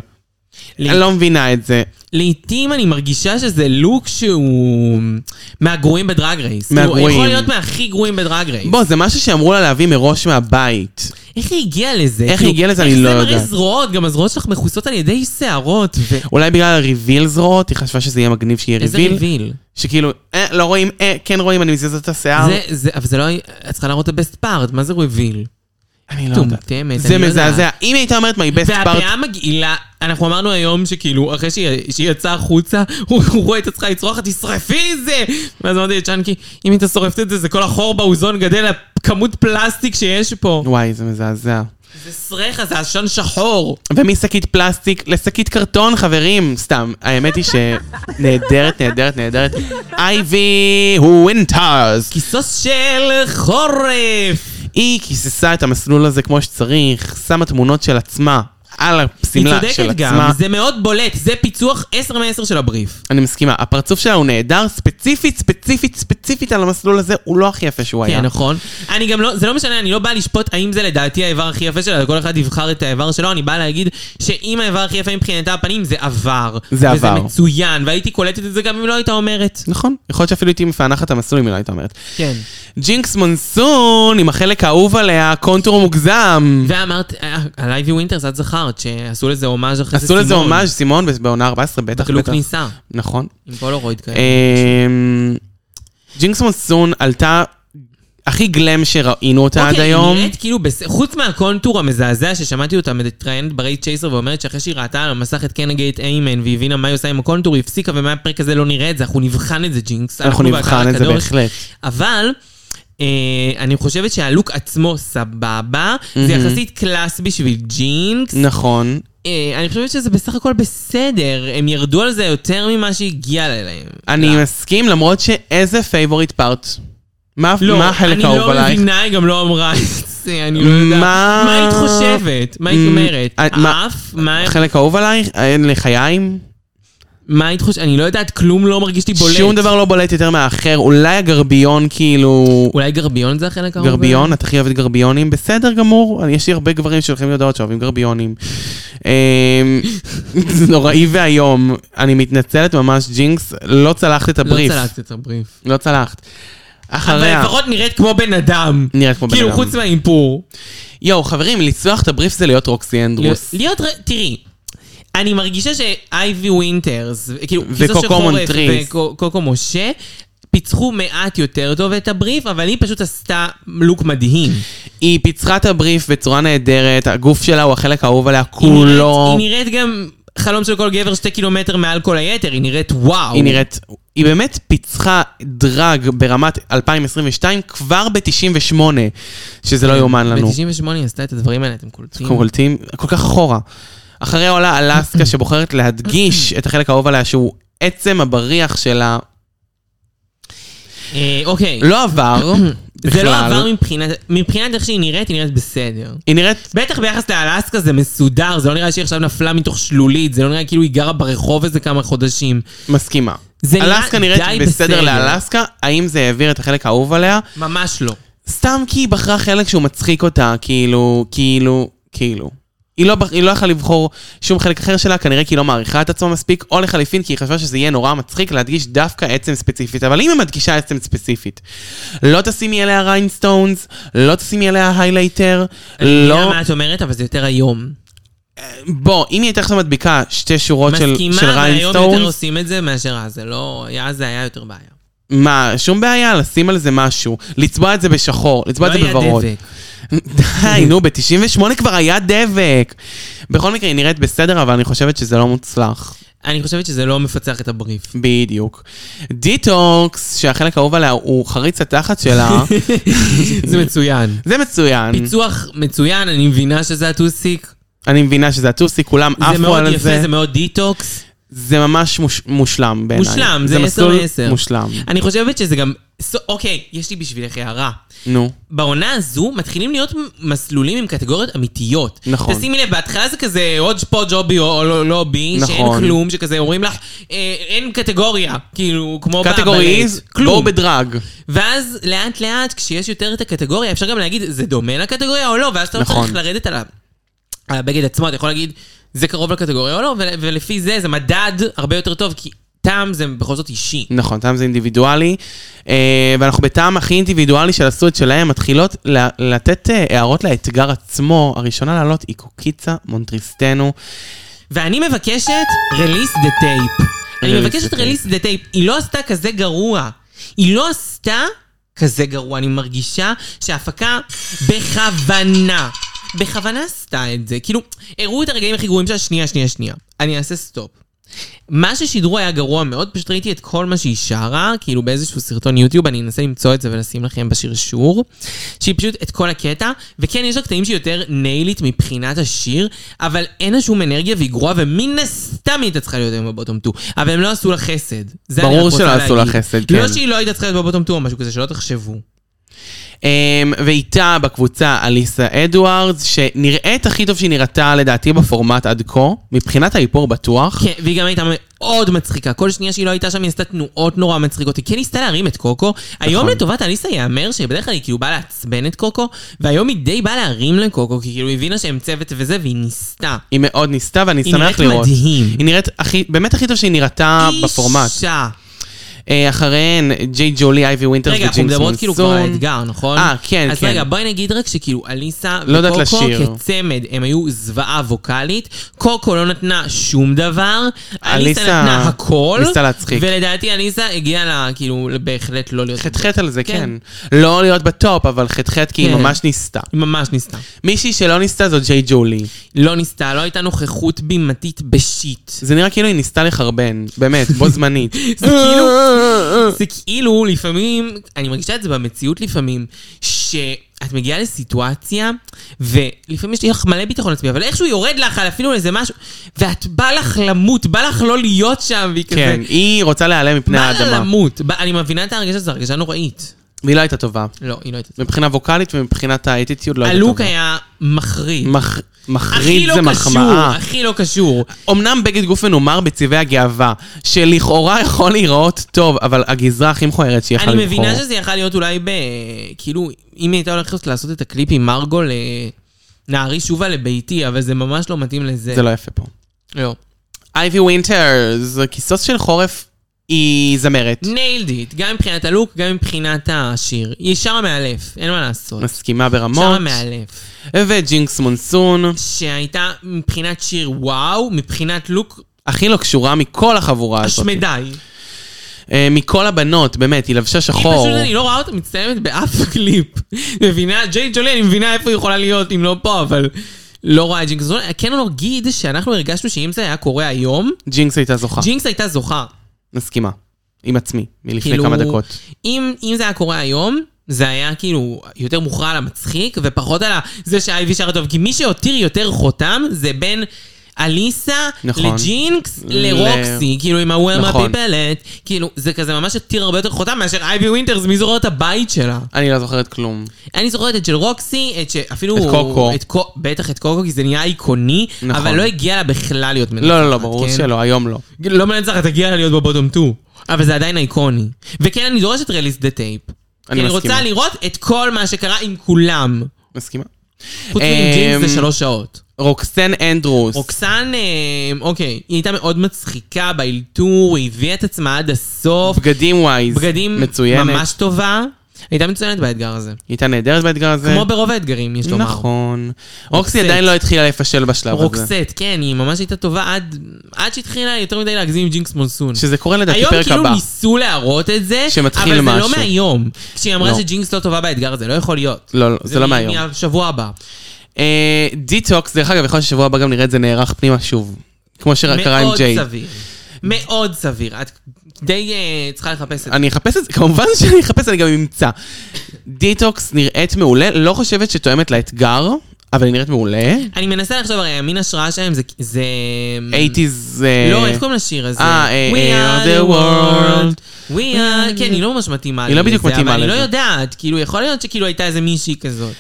Speaker 3: אני לא מבינה את זה.
Speaker 2: לעתים אני מרגישה שזה לוק שהוא מהגרועים בדרג רייס. כאילו,
Speaker 3: מהגרועים.
Speaker 2: יכול להיות מהכי גרועים בדרג רייס.
Speaker 3: בוא, זה משהו שאמרו לה להביא מראש מהבית.
Speaker 2: איך היא הגיעה לזה?
Speaker 3: איך היא
Speaker 2: כאילו,
Speaker 3: הגיעה לזה? אני לא
Speaker 2: איך זה מראה
Speaker 3: יודעת.
Speaker 2: זרועות? גם הזרועות שלך מכוסות על ידי שערות. ו-
Speaker 3: אולי בגלל הריביל זרועות, היא חשבה שזה יהיה מגניב שיהיה
Speaker 2: איזה
Speaker 3: ריביל.
Speaker 2: ריביל.
Speaker 3: שכאילו, אה, לא רואים, אה, כן רואים, אני מזיז את השיער.
Speaker 2: זה, זה, אבל זה לא... את צריכה להראות את הבסט פארט, מה זה ריביל?
Speaker 3: אני לא יודעת.
Speaker 2: טומטמת,
Speaker 3: זה
Speaker 2: אני לא
Speaker 3: מזעזע.
Speaker 2: יודעת.
Speaker 3: אם היא הייתה אומרת my best part,
Speaker 2: והפאה מגעילה, אנחנו אמרנו היום שכאילו, אחרי שהיא, שהיא יצאה החוצה, הוא הוא רואה את עצמך לצרוח, תשרפי את זה! ואז אמרתי לצ'אנקי, אם היא שורפת את זה, זה כל החור באוזון גדל, הכמות פלסטיק שיש פה.
Speaker 3: וואי, זה מזעזע.
Speaker 2: זה סרחה, זה עשן שחור.
Speaker 3: ומשקית פלסטיק לשקית קרטון, חברים, סתם. האמת היא שנהדרת, נהדרת, נהדרת. אייבי ווינטרס.
Speaker 2: כיסוס של חורף!
Speaker 3: היא כיססה את המסלול הזה כמו שצריך, שמה תמונות של עצמה על
Speaker 2: היא
Speaker 3: השמלה של
Speaker 2: צודקת גם,
Speaker 3: עצמה.
Speaker 2: זה מאוד בולט, זה פיצוח 10 מ-10 של הבריף.
Speaker 3: אני מסכימה, הפרצוף שלה הוא נהדר, ספציפית, ספציפית, ספציפית על המסלול הזה, הוא לא הכי יפה שהוא היה.
Speaker 2: כן, נכון. אני גם לא, זה לא משנה, אני לא בא לשפוט האם זה לדעתי האיבר הכי יפה שלה, כל אחד יבחר את האיבר שלו, אני בא להגיד שאם האיבר הכי יפה מבחינתה הפנים, זה עבר.
Speaker 3: זה עבר.
Speaker 2: וזה מצוין, והייתי קולטת את זה גם אם לא הייתה אומרת.
Speaker 3: נכון, יכול להיות שאפילו הייתי מפענחת את המסלול אם היא לא הייתה אומרת.
Speaker 2: כן.
Speaker 3: ג'ינקס מונסון עם החלק האהוב עליה, קונטור מוגזם.
Speaker 2: ואמרת, אה, על אייבי ווינטרס, את זכרת שעשו לזה הומאז' אחרי זה
Speaker 3: עשו לזה הומאז' סימון בעונה 14, בטח,
Speaker 2: כאילו
Speaker 3: בטח.
Speaker 2: כניסה,
Speaker 3: נכון.
Speaker 2: עם פולרויד כאלה.
Speaker 3: אמ, ג'ינקס מונסון עלתה הכי גלם שראינו אותה עד
Speaker 2: אוקיי,
Speaker 3: היום.
Speaker 2: היא נראית כאילו, בס... חוץ מהקונטור המזעזע ששמעתי אותה מתראיינת ברייט צ'ייסר ואומרת שאחרי שהיא ראתה על המסך את קנגייט איימן והיא הבינה מה היא עושה עם הקונטור, היא הפסיקה ומהפרק הזה לא נראה את זה, אנחנו נבחן את זה, ג'ינקס.
Speaker 3: אנחנו נבחן
Speaker 2: באתר
Speaker 3: את זה
Speaker 2: הקדוש.
Speaker 3: בהחלט.
Speaker 2: אבל... אה, אני חושבת שהלוק עצמו סבבה, זה
Speaker 3: מהמם.
Speaker 2: יחסית קלאס בשביל ג'ינקס.
Speaker 3: נכון.
Speaker 2: אה, אני חושבת שזה בסך הכל בסדר, הם ירדו על זה יותר ממה שהגיע להם. לא.
Speaker 3: אני מסכים, למרות שאיזה פייבוריט פארט. מה
Speaker 2: לא,
Speaker 3: מה החלק האהוב
Speaker 2: אני לא
Speaker 3: עלייך?
Speaker 2: מבינה, היא גם לא אמרה את זה, אני לא יודעת.
Speaker 3: מה-
Speaker 2: מה היית חושבת? מה היית
Speaker 3: מ-
Speaker 2: אומרת?
Speaker 3: אה, מה-
Speaker 2: האף? מה-
Speaker 3: החלק האהוב עלייך? אין לחיים?
Speaker 2: מה היית חושבת? אני לא יודעת, כלום לא מרגיש לי בולט.
Speaker 3: שום דבר לא בולט יותר מהאחר, אולי הגרביון כאילו...
Speaker 2: אולי גרביון זה החלק האהוב?
Speaker 3: גרביון, את הכי אוהבת גרביונים, בסדר גמור, אני- יש לי הרבה גברים שולחים לי הודעות שאוהבים גרביונים. אמ, זה נוראי ואיום, אני מתנצלת ממש, ג'ינקס, לא צלחת את
Speaker 2: לא
Speaker 3: הבריף.
Speaker 2: צלחת את הבריף.
Speaker 3: לא צלחת.
Speaker 2: אבל
Speaker 3: אחריה,
Speaker 2: לפחות נראית כמו בן אדם.
Speaker 3: נראית כמו בן
Speaker 2: כאילו,
Speaker 3: אדם.
Speaker 2: חוץ מהאיפור.
Speaker 3: יואו חברים, לצלוח את הבריף זה להיות רוקסי אנדרוס.
Speaker 2: להיות, ר- תראי. אני מרגישה שאייבי ווינטרס, כאילו,
Speaker 3: וקוקו
Speaker 2: קיזוז של חורף
Speaker 3: מונטריס.
Speaker 2: וקוקו משה, פיצחו מעט יותר טוב את הבריף, אבל היא פשוט עשתה לוק מדהים.
Speaker 3: היא פיצחה את הבריף בצורה נהדרת, הגוף שלה הוא החלק האהוב עליה
Speaker 2: היא נראית-
Speaker 3: כולו.
Speaker 2: היא נראית גם חלום של כל גבר שתי קילומטר מעל כל היתר, היא נראית וואו.
Speaker 3: היא נראית, היא באמת פיצחה דרג ברמת 2022 כבר ב-98, שזה לא
Speaker 2: כן,
Speaker 3: יאומן לנו.
Speaker 2: ב-98 היא עשתה את הדברים האלה, אתם קולטים.
Speaker 3: אנחנו קולטים כל כך אחורה. אחריה עולה אלסקה שבוחרת להדגיש את החלק האהוב עליה שהוא עצם הבריח שלה.
Speaker 2: אה, אוקיי.
Speaker 3: לא עבר בכלל.
Speaker 2: זה לא עבר מבחינת, מבחינת איך שהיא נראית, היא נראית בסדר.
Speaker 3: היא נראית
Speaker 2: בטח ביחס לאלסקה זה מסודר, זה לא נראה שהיא עכשיו נפלה מתוך שלולית, זה לא נראה כאילו היא גרה ברחוב איזה כמה חודשים.
Speaker 3: מסכימה.
Speaker 2: זה נראה
Speaker 3: אלסקה
Speaker 2: די
Speaker 3: נראית
Speaker 2: בסדר.
Speaker 3: בסדר לאלסקה, האם זה העביר את החלק האהוב עליה?
Speaker 2: ממש לא.
Speaker 3: סתם כי היא בחרה חלק שהוא מצחיק אותה, כאילו, כאילו, כאילו. היא לא, בח- היא לא יכלה לבחור שום חלק אחר שלה, כנראה כי היא לא מעריכה את עצמה מספיק, או לחליפין כי היא חשבה שזה יהיה נורא מצחיק להדגיש דווקא עצם ספציפית. אבל אם היא מדגישה עצם ספציפית, לא תשימי עליה ריינסטונס, לא תשימי עליה היילייטר,
Speaker 2: אני יודע
Speaker 3: לא...
Speaker 2: מה את אומרת, אבל זה יותר היום.
Speaker 3: בוא, אם היא הייתה עכשיו מדביקה שתי שורות של,
Speaker 2: מסכימה,
Speaker 3: של
Speaker 2: אבל היום יותר
Speaker 3: ריינסטונס,
Speaker 2: עושים את זה מאשר אז, זה לא... אז זה היה יותר בעיה.
Speaker 3: מה, שום בעיה לשים על זה משהו, לצבוע את זה בשחור, לצבוע
Speaker 2: לא
Speaker 3: את זה
Speaker 2: היה
Speaker 3: בוורוד.
Speaker 2: דבק.
Speaker 3: די, נו, ב-98 כבר היה דבק. בכל מקרה, היא נראית בסדר, אבל אני חושבת שזה לא מוצלח.
Speaker 2: אני חושבת שזה לא מפצח את הבריף.
Speaker 3: בדיוק. דיטוקס, שהחלק האהוב עליה הוא חריץ התחת שלה,
Speaker 2: זה מצוין.
Speaker 3: זה מצוין.
Speaker 2: פיצוח מצוין, אני מבינה שזה הטוסיק.
Speaker 3: אני מבינה שזה הטוסיק, כולם
Speaker 2: זה
Speaker 3: עפו
Speaker 2: מאוד
Speaker 3: על
Speaker 2: יפה,
Speaker 3: זה.
Speaker 2: זה מאוד דיטוקס.
Speaker 3: זה ממש מוש- מושלם בעיניי.
Speaker 2: מושלם, זה עשר
Speaker 3: מסלול
Speaker 2: מעשר.
Speaker 3: מושלם.
Speaker 2: אני חושבת שזה גם... ס- אוקיי, יש לי בשבילך הערה.
Speaker 3: נו.
Speaker 2: בעונה הזו מתחילים להיות מ- מסלולים עם קטגוריות אמיתיות.
Speaker 3: נכון.
Speaker 2: תשימי לב, בהתחלה זה כזה עוד פה ג'ובי או לא- לא בי, שאין
Speaker 3: נכון.
Speaker 2: כלום, שכזה אומרים לך, אה, אין קטגוריה, כאילו, כמו... ב-
Speaker 3: קטגוריז,
Speaker 2: בלט.
Speaker 3: בואו
Speaker 2: כלום.
Speaker 3: בדרג.
Speaker 2: ואז לאט לאט, כשיש יותר את הקטגוריה, אפשר גם להגיד, זה דומה לקטגוריה או לא, ואז אתה לא
Speaker 3: נכון.
Speaker 2: צריך לרדת על ה- על הבגד עצמו, אתה יכול להגיד, זה קרוב לקטגוריה או לא, ול- ולפי זה זה מדד הרבה יותר טוב, כי טעם זה בכל זאת אישי.
Speaker 3: נכון, טעם זה אינדיבידואלי, אה, ואנחנו בטעם הכי אינדיבידואלי של עשו את שלהם, מתחילות ל- לתת אה, הערות לאתגר עצמו. הראשונה לעלות היא קוקיצה מונטריסטנו.
Speaker 2: ואני מבקשת רליס דה טייפ. אני
Speaker 3: Release
Speaker 2: מבקשת
Speaker 3: the tape.
Speaker 2: רליס דה טייפ. היא לא עשתה כזה גרוע. היא לא עשתה כזה גרוע. אני מרגישה שההפקה בכוונה, בכוונה עשתה את זה. כאילו, הראו את הרגעים הכי גרועים שלה, שנייה, שנייה, שנייה. אני אעשה סטופ. מה ששידרו היה גרוע מאוד, פשוט ראיתי את כל מה שהיא שרה, כאילו באיזשהו סרטון יוטיוב, אני אנסה למצוא את זה ולשים לכם בשרשור, שהיא פשוט את כל הקטע, וכן, יש לה קטעים שהיא יותר ניילית מבחינת השיר, אבל אין לה שום אנרגיה והיא גרועה, ומן הסתם היא הייתה צריכה להיות היום בבוטום 2, אבל הם לא עשו לה חסד. זה אני
Speaker 3: ברור
Speaker 2: רק רוצה
Speaker 3: שלא עשו לה
Speaker 2: להגיד.
Speaker 3: חסד,
Speaker 2: לא
Speaker 3: כן.
Speaker 2: שהיא לא הייתה צריכה להיות בבוטום 2 או משהו כזה, שלא תחשבו.
Speaker 3: אמ, ואיתה בקבוצה אליסה אדוארדס, שנראית הכי טוב שהיא נראתה לדעתי בפורמט עד כה, מבחינת האיפור בטוח.
Speaker 2: כן, והיא גם הייתה מאוד מצחיקה. כל שנייה שהיא לא הייתה שם, היא עשתה תנועות נורא מצחיקות. היא כן ניסתה להרים את קוקו. היום
Speaker 3: נכון.
Speaker 2: לטובת אליסה ייאמר שבדרך כלל היא כאילו באה לעצבן את קוקו, והיום היא די באה להרים לקוקו, כי כאילו היא הבינה שהם צוות וזה, והיא ניסתה.
Speaker 3: היא מאוד ניסתה ואני
Speaker 2: היא
Speaker 3: שמח
Speaker 2: נראית
Speaker 3: לראות.
Speaker 2: מדהים.
Speaker 3: היא נראית הכי, באמת הכי טוב שהיא נראתה אה, בפורמט.
Speaker 2: אישה.
Speaker 3: אה, אחריהן, ג'יי ג'ולי, אייבי ווינטרס
Speaker 2: רגע,
Speaker 3: וג'ימס
Speaker 2: אנחנו
Speaker 3: מונסון.
Speaker 2: מדברות כאילו כבר על האתגר, נכון?
Speaker 3: אה, כן,
Speaker 2: אז
Speaker 3: כן.
Speaker 2: רגע, בואי נגיד רק שכאילו אליסה
Speaker 3: לא יודעת
Speaker 2: וקוקו
Speaker 3: לשיר.
Speaker 2: כצמד, הם היו זוועה ווקאלית. קוקו לא נתנה שום דבר, אליסה
Speaker 3: אליסה
Speaker 2: נתנה הכל.
Speaker 3: ניסתה להצחיק.
Speaker 2: ולדעתי אליסה הגיעה לה, כאילו, בהחלט לא להיות...
Speaker 3: חטחט על זה, כן.
Speaker 2: כן.
Speaker 3: לא להיות בטופ, אבל חטחט כי היא
Speaker 2: כן.
Speaker 3: ממש ניסתה.
Speaker 2: היא ממש ניסתה.
Speaker 3: מישהי שלא ניסתה זאת ג'יי ג'ולי.
Speaker 2: לא ניסתה, לא הייתה נוכחות בימתית בשיט.
Speaker 3: זה נראה כאילו היא ניסתה לחרבן, באמת, בו זמנית.
Speaker 2: זה כאילו, זה כאילו לפעמים, אני מרגישה את זה במציאות לפעמים, שאת מגיעה לסיטואציה, ולפעמים יש לך מלא ביטחון עצמי, אבל איכשהו יורד לך על אפילו איזה משהו, ואת בא לך למות, בא לך לא להיות שם, והיא כזה...
Speaker 3: כן, היא רוצה להיעלם מפני
Speaker 2: בא לה
Speaker 3: האדמה.
Speaker 2: למות. בא- אני מבינה את ההרגשה, זו הרגשה נוראית.
Speaker 3: והיא לא הייתה טובה.
Speaker 2: לא, היא לא הייתה...
Speaker 3: מבחינה ווקאלית ומבחינת האטיטיוד לא הייתה טובה.
Speaker 2: הלוק היה מחריד.
Speaker 3: מח-
Speaker 2: הכי
Speaker 3: מחריד
Speaker 2: לא
Speaker 3: זה
Speaker 2: קשור,
Speaker 3: מחמאה.
Speaker 2: הכי לא קשור.
Speaker 3: אמנם בגד גוף מנומר בצבעי הגאווה, שלכאורה יכול להיראות טוב, אבל הגזרה הכי מכוערת שהיא יכולה
Speaker 2: אני
Speaker 3: לבחור.
Speaker 2: מבינה שזה יכול להיות אולי ב... כאילו, אם היא הייתה הולכת לעשות את הקליפ עם מרגו ל... נערי שובה לביתי, אבל זה ממש לא מתאים לזה.
Speaker 3: זה לא יפה פה.
Speaker 2: לא.
Speaker 3: אייבי ווינטרס, כיסוס של חורף, היא זמרת.
Speaker 2: ניילד איט, גם מבחינת הלוק, גם מבחינת השיר. היא שרה מאלף, אין מה לעשות.
Speaker 3: מסכימה ברמות.
Speaker 2: שרה מאלף.
Speaker 3: וג'ינקס מונסון,
Speaker 2: שהייתה מבחינת שיר וואו, מבחינת לוק
Speaker 3: הכי לא קשורה מכל החבורה הזאת.
Speaker 2: השמדי.
Speaker 3: אה, מכל הבנות, באמת, היא לבשה
Speaker 2: היא
Speaker 3: שחור.
Speaker 2: פשוט, אני לא רואה אותה מצטלמת באף קליפ. מבינה? ג'יי ג'ולי, אני מבינה איפה היא יכולה להיות, אם לא פה, אבל... לא רואה את ג'ינקס. זאת אומרת, כן אני אגיד שאנחנו הרגשנו שאם זה היה קורה היום,
Speaker 3: ג'ינקס הייתה זוכה.
Speaker 2: ג'ינקס הייתה זוכה.
Speaker 3: מסכימה. עם עצמי, מלפני
Speaker 2: כאילו,
Speaker 3: כמה דקות.
Speaker 2: אם, אם זה היה קורה היום, זה היה כאילו יותר מוכרע על המצחיק, ופחות על ה- זה שאייבי שרה טוב. כי מי שהותיר יותר חותם זה בין אליסה
Speaker 3: נכון.
Speaker 2: לג'ינקס
Speaker 3: ל-
Speaker 2: לרוקסי. כאילו עם הוורמה
Speaker 3: נכון.
Speaker 2: פיפלט. כאילו, זה כזה ממש הותיר הרבה יותר חותם מאשר אייבי ווינטרס, מי זוכר את הבית שלה?
Speaker 3: אני לא זוכרת כלום.
Speaker 2: אני זוכרת את של רוקסי, את שאפילו...
Speaker 3: את קוקו.
Speaker 2: את קו- בטח את קוקו, כי זה נהיה איקוני,
Speaker 3: נכון.
Speaker 2: אבל לא הגיע לה בכלל להיות מנצחת.
Speaker 3: לא, לא, לא, ברור
Speaker 2: כן?
Speaker 3: שלא, היום לא.
Speaker 2: לא מנצחת, הגיע לה להיות בבוטום 2. אבל זה עדיין איקוני. וכן, אני דורשת רליס דה טייפ. כי
Speaker 3: אני
Speaker 2: אני
Speaker 3: מסכימה.
Speaker 2: רוצה לראות את כל מה שקרה עם כולם.
Speaker 3: מסכימה.
Speaker 2: חוץ מג'ינס
Speaker 3: אמ,
Speaker 2: זה שלוש שעות.
Speaker 3: רוקסן אנדרוס.
Speaker 2: רוקסן, אמ, אוקיי, היא הייתה מאוד מצחיקה באלתור, היא הביאה את עצמה עד הסוף.
Speaker 3: בגדים ווייז.
Speaker 2: בגדים
Speaker 3: מצוינת.
Speaker 2: ממש טובה. הייתה מצוינת באתגר הזה.
Speaker 3: היא הייתה נהדרת באתגר הזה.
Speaker 2: כמו ברוב האתגרים, יש לומר.
Speaker 3: נכון. רוקסי
Speaker 2: רוקסט.
Speaker 3: עדיין לא התחילה לפשל בשלב הזה.
Speaker 2: רוקסט, כן, היא ממש הייתה טובה עד, עד שהתחילה יותר מדי להגזים עם ג'ינקס מונסון.
Speaker 3: שזה קורה לדעתי
Speaker 2: היום
Speaker 3: פרק
Speaker 2: כאילו
Speaker 3: הבא.
Speaker 2: ניסו להראות את זה,
Speaker 3: שמתחיל
Speaker 2: אבל זה
Speaker 3: משהו.
Speaker 2: לא מהיום. כשהיא אמרה
Speaker 3: לא.
Speaker 2: שג'ינקס לא טובה באתגר הזה, לא יכול להיות.
Speaker 3: לא, לא, זה לא מהיום.
Speaker 2: מהשבוע הבא.
Speaker 3: אה, דיטוקס, דרך אגב, יכול להיות ששבוע הבא גם נראה את זה נערך פנימה שוב. כמו שקרה לא, עם
Speaker 2: מאוד
Speaker 3: ג'יי.
Speaker 2: סביר. מאוד סביר. את די אה, צריכה לחפש את זה.
Speaker 3: אני אחפש את זה, כמובן שאני אחפש, אני גם אמצא. דיטוקס נראית מעולה, לא חושבת שתואמת לאתגר, אבל היא נראית מעולה.
Speaker 2: אני מנסה לחשוב, הרי המין השראה שלהם זה... זה...
Speaker 3: 80's...
Speaker 2: לא, איך קוראים לשיר הזה?
Speaker 3: אה, אה,
Speaker 2: We
Speaker 3: אה,
Speaker 2: are the
Speaker 3: the
Speaker 2: world. We are... כן, היא לא ממש מתאימה
Speaker 3: היא לא
Speaker 2: לי
Speaker 3: בדיוק
Speaker 2: לזה,
Speaker 3: מתאימה
Speaker 2: אבל אני
Speaker 3: לזה.
Speaker 2: לא יודעת, כאילו, יכול להיות שכאילו הייתה איזה מישהי כזאת.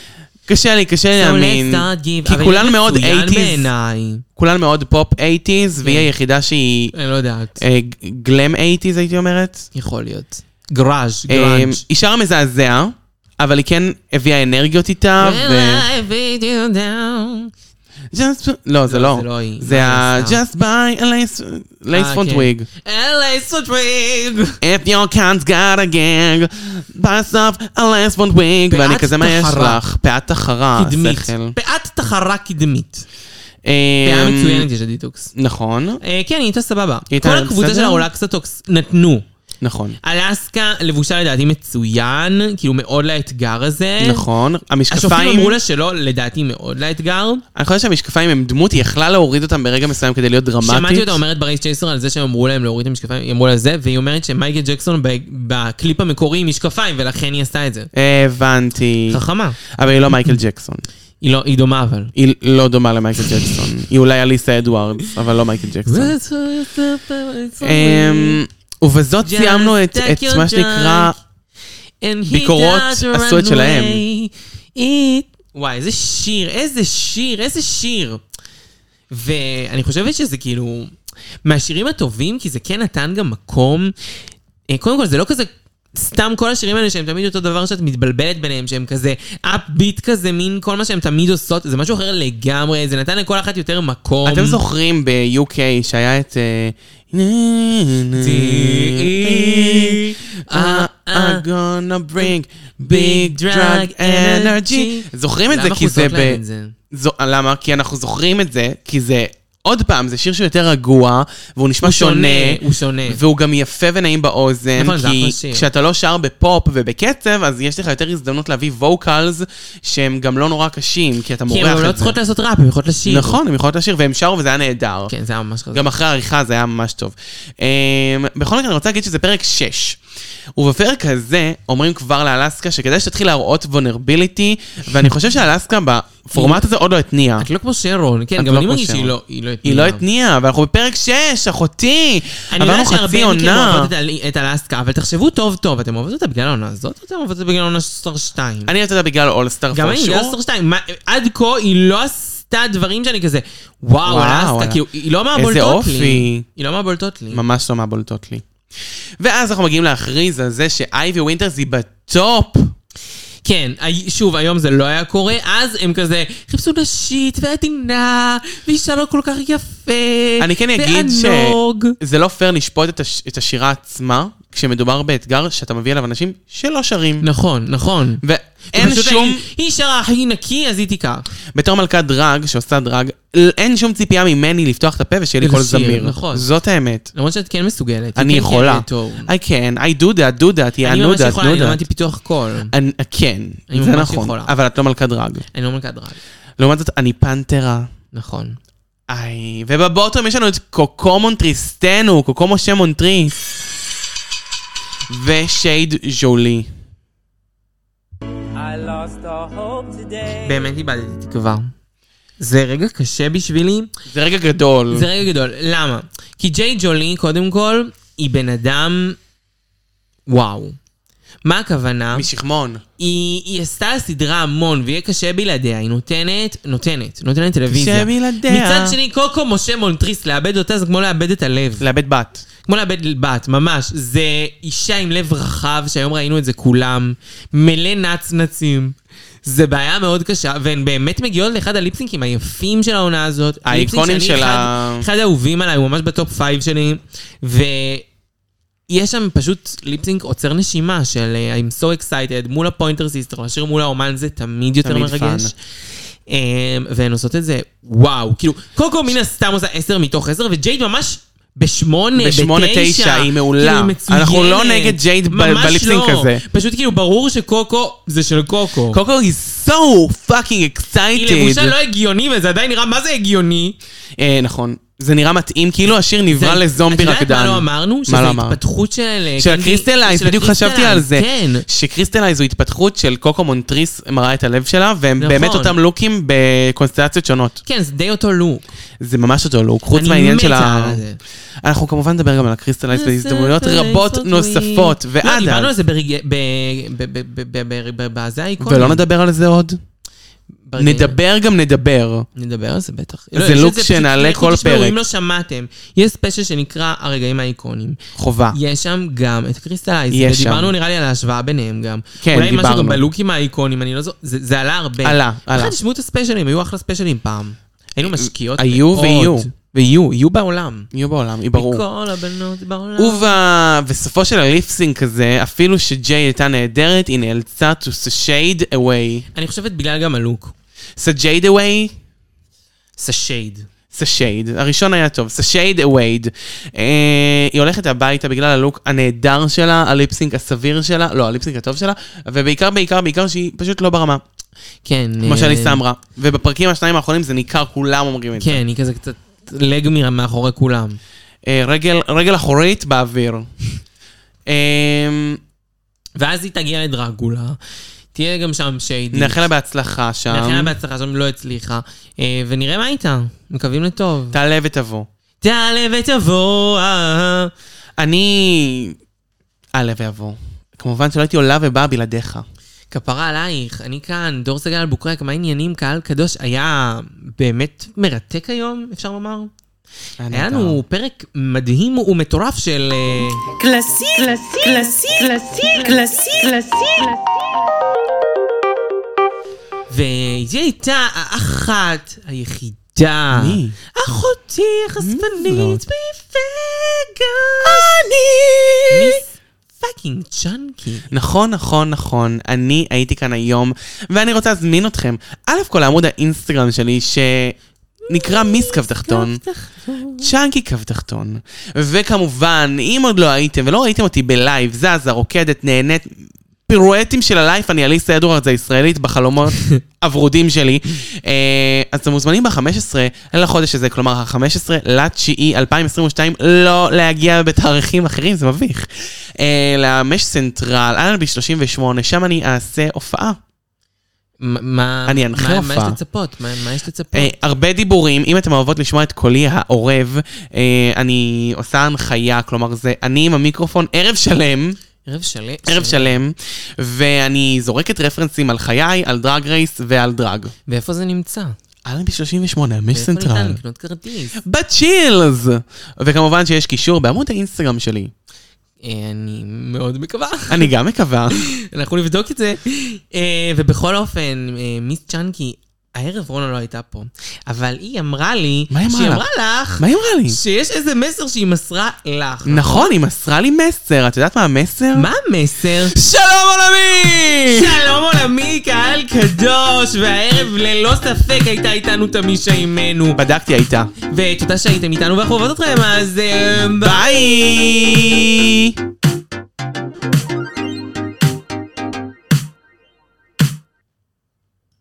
Speaker 3: קשה לי, קשה לי
Speaker 2: So let's
Speaker 3: להאמין.
Speaker 2: start give-
Speaker 3: כי
Speaker 2: אבל
Speaker 3: כולן
Speaker 2: היא לא
Speaker 3: מאוד
Speaker 2: מצוין
Speaker 3: 80s.
Speaker 2: בעיניי.
Speaker 3: כולן מאוד פופ
Speaker 2: כן.
Speaker 3: 80's, והיא היחידה שהיא
Speaker 2: אני לא יודעת.
Speaker 3: אה, ג- גלם 80's, הייתי אומרת.
Speaker 2: יכול להיות. אמ, גראז',
Speaker 3: אה,
Speaker 2: גראנג'.
Speaker 3: היא שרה מזעזע,
Speaker 2: אה,
Speaker 3: אבל היא כן הביאה אנרגיות איתה, ו...
Speaker 2: When I beat you down.
Speaker 3: just... לא, זה לא.
Speaker 2: זה לא היא.
Speaker 3: זה
Speaker 2: מה
Speaker 3: ה...
Speaker 2: היא עשתה?
Speaker 3: just buy a lace- lace
Speaker 2: אה,
Speaker 3: front
Speaker 2: כן.
Speaker 3: wig.
Speaker 2: אה, lace front wig.
Speaker 3: If your cat's got a gag, pass off a last one wig.
Speaker 2: פאת
Speaker 3: ואני כזה, מה יש
Speaker 2: טהרה.
Speaker 3: לך? פאת טהרה,
Speaker 2: קדמית.
Speaker 3: אה, שכל.
Speaker 2: פאת טהרה קדמית.
Speaker 3: אה,
Speaker 2: פאה מצוינת יש לדטוקס.
Speaker 3: נכון,
Speaker 2: אה, כן, היא הייתה סבבה.
Speaker 3: הייתה
Speaker 2: כל הקבוצה
Speaker 3: בסדר?
Speaker 2: של הרולקסטוקס נתנו.
Speaker 3: נכון.
Speaker 2: אלסקה לבושה לדעתי מצוין, כאילו מאוד לאתגר הזה.
Speaker 3: נכון,
Speaker 2: אה, השופטים
Speaker 3: המשקפיים,
Speaker 2: אמרו לה שלא, לדעתי מאוד לאתגר.
Speaker 3: אני חושב שהמשקפיים הם דמות, היא יכלה להוריד אותם ברגע מסוים כדי להיות דרמטית.
Speaker 2: שמעתי אותה אומרת ברייס צ'ייסר על זה שהם אמרו להם להוריד את המשקפיים, היא אמרו לה זה, והיא אומרת שמייקל ג'קסון ב- בקליפ המקורי עם משקפיים, ולכן היא עשתה את זה.
Speaker 3: הבנתי.
Speaker 2: חכמה.
Speaker 3: אבל היא לא מייקל ג'קסון.
Speaker 2: היא לא, היא דומה אבל.
Speaker 3: היא לא דומה למייקל ג'קסון. היא אולי אליסה אדוארדס, אבל לא מייקל ג'קסון. אמ, ובזאת
Speaker 2: Just
Speaker 3: סיימנו את
Speaker 2: take
Speaker 3: את
Speaker 2: your
Speaker 3: מה שנקרא... ביקורות עשו את שלהם.
Speaker 2: וואי, איזה שיר, איזה שיר, איזה שיר. ואני חושבת שזה כאילו, מהשירים הטובים, כי זה כן נתן גם מקום. אה, קודם כל, זה לא כזה... סתם כל השירים האלה שהם תמיד אותו דבר שאת מתבלבלת ביניהם, שהם כזה אפביט כזה, מין כל מה שהם תמיד עושות, זה משהו אחר לגמרי, זה נתן לכל אחת יותר מקום.
Speaker 3: אתם זוכרים ב-UK שהיה את... אה,
Speaker 2: T.E., אה,
Speaker 3: I- I'm gonna bring big drug energy. זוכרים את זה
Speaker 2: למה
Speaker 3: כי זה
Speaker 2: חוזרות להם
Speaker 3: ב...
Speaker 2: את זה?
Speaker 3: זו, למה? כי אנחנו זוכרים את זה, כי זה, עוד פעם, זה שיר שהוא יותר רגוע, והוא נשמע
Speaker 2: הוא
Speaker 3: שונה,
Speaker 2: שונה, הוא שונה.
Speaker 3: והוא גם יפה ונעים באוזן,
Speaker 2: נכון, זה
Speaker 3: כי
Speaker 2: אחלה שיר.
Speaker 3: כשאתה לא שר בפופ ובקצב, אז יש לך יותר הזדמנות להביא ווקלס שהם גם לא נורא קשים, כי אתה
Speaker 2: כי
Speaker 3: מורח את
Speaker 2: הן
Speaker 3: זה.
Speaker 2: גם לא צריכות לעשות ראפ, הן יכולות לשיר.
Speaker 3: נכון, הם יכולות לשיר, והם שרו וזה היה נהדר.
Speaker 2: כן, זה היה ממש חזק.
Speaker 3: גם אחרי העריכה זה היה ממש טוב. אמ, בכל מקרה, אני רוצה להגיד שזה פרק 6. ובפרק הזה אומרים כבר לאלסקה שכדאי שתתחיל להראות וונרביליטי, ואני חושב שאלסקה בפורמט הזה עוד לא התניעה.
Speaker 2: את לא כמו שרון, כן,
Speaker 3: את
Speaker 2: גם
Speaker 3: לא
Speaker 2: אני
Speaker 3: כמו
Speaker 2: מרגיש שהיא
Speaker 3: שרון.
Speaker 2: לא היא לא
Speaker 3: היא לא התניעה, ואנחנו בפרק 6, אחותי!
Speaker 2: אני לא יודעת שהרבה מכם
Speaker 3: עונה.
Speaker 2: אוהבות את אל- את אלסקה, אבל תחשבו טוב טוב, אתם אוהבות אותה בגלל העונה הזאת, או אתם אוהבות אותה בגלל עונה סטאר 2?
Speaker 3: אני יודעת אותה בגלל אולסטאר
Speaker 2: גם אני, בגלל סטאר 2. מה- עד כה היא לא עשתה דברים שאני כזה, וואו,
Speaker 3: וואו,
Speaker 2: אלסקה, כאילו, היא לא
Speaker 3: איזה
Speaker 2: מהבולטות לי.
Speaker 3: אופי.
Speaker 2: היא לא מהבולטות לי.
Speaker 3: ממש לא מהבולטות לי. ואז אנחנו מגיעים להכריז על זה שאייבי ווינטרס היא בטופ.
Speaker 2: כן, הי- שוב, היום זה לא היה קורה, אז הם כזה חיפשו נשית ועדינה, ואישה לא כל כך יפה,
Speaker 3: אני כן אגיד ש-
Speaker 2: וענוג.
Speaker 3: זה לא פייר לשפוט את, הש... את השירה עצמה, כשמדובר באתגר שאתה מביא אליו אנשים שלא שרים.
Speaker 2: נכון, נכון.
Speaker 3: ואין
Speaker 2: פשוט
Speaker 3: שום,
Speaker 2: היא- היא שרה הכי נקי, אז היא תיקח.
Speaker 3: בתור מלכת דרג שעושה דרג, ל- אין שום ציפייה ממני לפתוח את הפה ושיהיה לי
Speaker 2: ולשיר,
Speaker 3: קול זמיר.
Speaker 2: נכון.
Speaker 3: זאת האמת.
Speaker 2: למרות שאת כן מסוגלת.
Speaker 3: אני
Speaker 2: היא כן
Speaker 3: יכולה.
Speaker 2: כן טוב.
Speaker 3: I can, I do that, do that, yeah, I
Speaker 2: אני
Speaker 3: know
Speaker 2: ממש
Speaker 3: that,
Speaker 2: יכולה, אני
Speaker 3: do
Speaker 2: למדתי
Speaker 3: that.
Speaker 2: פיתוח קול.
Speaker 3: אני- כן,
Speaker 2: אני
Speaker 3: זה
Speaker 2: ממש
Speaker 3: נכון,
Speaker 2: יכולה.
Speaker 3: אבל את לא מלכת דרג.
Speaker 2: אני לא מלכת דרג.
Speaker 3: לעומת זאת, אני פנתרה.
Speaker 2: נכון.
Speaker 3: איי, ובבוטום יש לנו את קוקו מונטריסטנו, קוקו משה מונטריס. ושייד ז'ולי.
Speaker 4: I lost all hope today.
Speaker 2: באמת איבדתי תקווה. זה רגע קשה בשבילי,
Speaker 3: זה רגע גדול.
Speaker 2: זה רגע גדול. למה? כי ג'יי ג'ולי, קודם כל, היא בן אדם... וואו. מה הכוונה?
Speaker 3: משכמון.
Speaker 2: היא, היא עשתה סדרה המון, ויהיה קשה בלעדיה. היא נותנת, נותנת, נותנת טלוויזיה.
Speaker 3: קשה בלעדיה.
Speaker 2: מצד שני, קוקו משה מונטריס, לאבד אותה זה כמו לאבד את הלב.
Speaker 3: לאבד בת.
Speaker 2: כמו לאבד בת, ממש. זה אישה עם לב רחב, שהיום ראינו את זה כולם, מלא נצנצים. זה בעיה מאוד קשה, והן באמת מגיעות לאחד הליפסינקים היפים של העונה הזאת.
Speaker 3: האייקונים
Speaker 2: הליפסינק שאני
Speaker 3: של
Speaker 2: אחד,
Speaker 3: ה-
Speaker 2: אחד האהובים עליי, הוא ממש בטופ פייב שלי. ויש שם פשוט ליפסינק עוצר נשימה של אה, I'm so excited, מול הפוינטר סיסטר, לשיר מול האומן זה תמיד יותר
Speaker 3: תמיד
Speaker 2: מרגש. אמ, והן עושות את זה, וואו, כאילו, קוקו מן הסתם עושה עשר מתוך עשר, וג'ייד ממש בשמונה,
Speaker 3: בשמונה,
Speaker 2: בתשע,
Speaker 3: תשע, היא מעולה.
Speaker 2: כאילו, היא מצוינת.
Speaker 3: אנחנו לא נגד ג'ייד ב-
Speaker 2: ממש
Speaker 3: בליפסינק
Speaker 2: לא.
Speaker 3: הזה.
Speaker 2: פשוט כאילו, ברור שקוקו זה של קוקו.
Speaker 3: קוקו is so fucking excited.
Speaker 2: היא לבושה לא הגיוני, וזה עדיין נראה מה זה הגיוני.
Speaker 3: אה, נכון. זה נראה מתאים, כאילו השיר נברא
Speaker 2: זה-
Speaker 3: לזומבי
Speaker 2: את יודעת
Speaker 3: רקדן.
Speaker 2: מה לא אמרנו?
Speaker 3: מה
Speaker 2: שזו
Speaker 3: לא אמרת?
Speaker 2: התפתחות של... אה,
Speaker 3: של הקריסטלייז,
Speaker 2: של
Speaker 3: בדיוק חשבתי על
Speaker 2: הקריסטלייז,
Speaker 3: זה.
Speaker 2: כן.
Speaker 3: שקריסטלייז זו התפתחות של קוקו מונטריס מראה את הלב שלה, והם
Speaker 2: נכון.
Speaker 3: באמת אותם לוקים בקונסטלציות שונות.
Speaker 2: כן, זה די אותו לוק.
Speaker 3: זה ממש אותו לוק, חוץ
Speaker 2: אני
Speaker 3: מהעניין של
Speaker 2: מתה
Speaker 3: ה...
Speaker 2: על זה.
Speaker 3: אנחנו כמובן נדבר גם על הקריסטלייז בהזדמנויות רבות נוספות,
Speaker 2: לא,
Speaker 3: ועד
Speaker 2: דיברנו על
Speaker 3: אז.
Speaker 2: זה ברגע... ב- ב- ב- ב- ב- ב- בזה האיקוני.
Speaker 3: ולא נדבר על זה עוד.
Speaker 2: ברגעים.
Speaker 3: נדבר גם נדבר.
Speaker 2: נדבר על זה בטח.
Speaker 3: זה
Speaker 2: לא, יש
Speaker 3: לוק
Speaker 2: את פשוט-
Speaker 3: שנעלה
Speaker 2: לכו
Speaker 3: כל
Speaker 2: תשמעו,
Speaker 3: פרק.
Speaker 2: אם לא שמעתם, יש ספיישל שנקרא הרגעים האיקונים.
Speaker 3: חובה.
Speaker 2: יש שם גם את קריסטלייז.
Speaker 3: יש
Speaker 2: ודיברנו
Speaker 3: שם.
Speaker 2: נראה לי על ההשוואה ביניהם גם.
Speaker 3: כן,
Speaker 2: אולי משהו
Speaker 3: דיברנו.
Speaker 2: גם בלוקים האיקונים, אני לא זוכר, זה זה עלה הרבה.
Speaker 3: עלה, עלה.
Speaker 2: בכלל תשמעו את הספיישלים, היו אחלה ספיישלים פעם. היינו משקיעות
Speaker 3: היו
Speaker 2: מאוד.
Speaker 3: ויהיו.
Speaker 2: ויהיו, יהיו בעולם.
Speaker 3: יהיו בעולם, היא ברור.
Speaker 2: מכל הבנות בעולם.
Speaker 3: ובסופו של הליפסינק הזה, אפילו שג'יי הייתה נהדרת, היא נאלצה to shade away.
Speaker 2: אני חושבת בגלל גם הלוק.
Speaker 3: shade away?
Speaker 2: סשייד.
Speaker 3: סשייד, הראשון היה טוב, סשייד אווייד. אה, היא הולכת הביתה בגלל הלוק הנהדר שלה, הליפסינק הסביר שלה, לא, הליפסינק הטוב שלה, ובעיקר, בעיקר, בעיקר שהיא פשוט לא ברמה,
Speaker 2: כן.
Speaker 3: כמו
Speaker 2: אה,
Speaker 3: שאליסה אמרה. ובפרקים השניים האחרונים זה ניכר, כולם אומרים את זה.
Speaker 2: כן, היא כזה קצת לג מ- מאחורי כולם. כן.
Speaker 3: אה, רגל, רגל אחורית באוויר. אה,
Speaker 2: ואז היא תגיע לדרגולה, תהיה גם שם שיידי.
Speaker 3: נאחל לה בהצלחה
Speaker 2: נאחל לה
Speaker 3: שם.
Speaker 2: בהצלחה, שם לא הצליחה. אה, ונראה מה איתה, מקווים לטוב.
Speaker 3: תעלה ותבוא.
Speaker 2: תעלה ותבוא. אה.
Speaker 3: אני... אעלה ואבוא. כמובן שלא הייתי עולה ובאה בלעדיך.
Speaker 2: כפרה עלייך, אני כאן, דור סגל בוקרק, מה העניינים, קהל קדוש? היה באמת מרתק היום, אפשר לומר? היה
Speaker 3: נהדר.
Speaker 2: לנו פרק מדהים ומטורף של... אה,
Speaker 1: Classique, classique, classique, classique, classique, classique.
Speaker 2: והיא הייתה האחת, היחידה.
Speaker 3: מי?
Speaker 2: אחותי החשפנית
Speaker 3: זאת?
Speaker 2: מפגה.
Speaker 3: אני!
Speaker 2: מיס פאקינג צ'אנקי.
Speaker 3: נכון, נכון, נכון. אני הייתי כאן היום, ואני רוצה להזמין אתכם. א' כל לעמוד האינסטגרם שלי, שנקרא מיס קו תחתון. צ'אנקי קו תחתון. וכמובן, אם עוד לא הייתם ולא ראיתם אותי בלייב, זזה, רוקדת, נהנית, פירואטים של הלייב, אני אליסה אדוארדס הישראלית בחלומות הוורודים שלי. אה, אז אתם מוזמנים ב-15 לחודש הזה, כלומר ה-15 לתשיעי 2022, לא להגיע בתאריכים אחרים, זה מביך. אה, למש סנטרל, אלנבי 38, שם אני אעשה הופעה.
Speaker 2: מ- מה...
Speaker 3: אני אנחה
Speaker 2: מה- מה
Speaker 3: הופעה.
Speaker 2: יש לצפות? מה מה יש לצפות?
Speaker 3: אה, הרבה דיבורים, אם אתם אוהבות לשמוע את קולי העורב, אה, אני עושה הנחיה, כלומר זה אני עם המיקרופון ערב שלם,
Speaker 2: ערב שלם.
Speaker 3: ערב שלם, ואני זורקת רפרנסים על חיי, על דרג רייס ועל דרג.
Speaker 2: ואיפה זה נמצא?
Speaker 3: אלנבי 38, מש
Speaker 2: ואיפה ניתן
Speaker 3: סנטרל.
Speaker 2: לקנות כרטיס?
Speaker 3: בצ'ילס! וכמובן שיש קישור בעמוד האינסטגרם שלי.
Speaker 2: אה, אני מאוד מקווה.
Speaker 3: אני גם מקווה.
Speaker 2: אנחנו נבדוק את זה. אה, ובכל אופן, אה, מיס צ'אנקי, הערב רונה לא הייתה פה, אבל היא אמרה לי,
Speaker 3: מה היא אמרה
Speaker 2: שהיא
Speaker 3: לך?
Speaker 2: אמרה לך,
Speaker 3: מה היא אמרה לי?
Speaker 2: שיש איזה מסר שהיא מסרה לך.
Speaker 3: נכון, היא מסרה לי מסר. את יודעת מה המסר?
Speaker 2: מה המסר?
Speaker 3: שלום עולמי!
Speaker 2: שלום עולמי, קהל קדוש, והערב ללא ספק הייתה איתנו תמישה עימנו.
Speaker 3: בדקתי הייתה.
Speaker 2: ותודה שהייתם איתנו ואנחנו אוהבות אתכם, אז אה, ביי!
Speaker 3: ביי!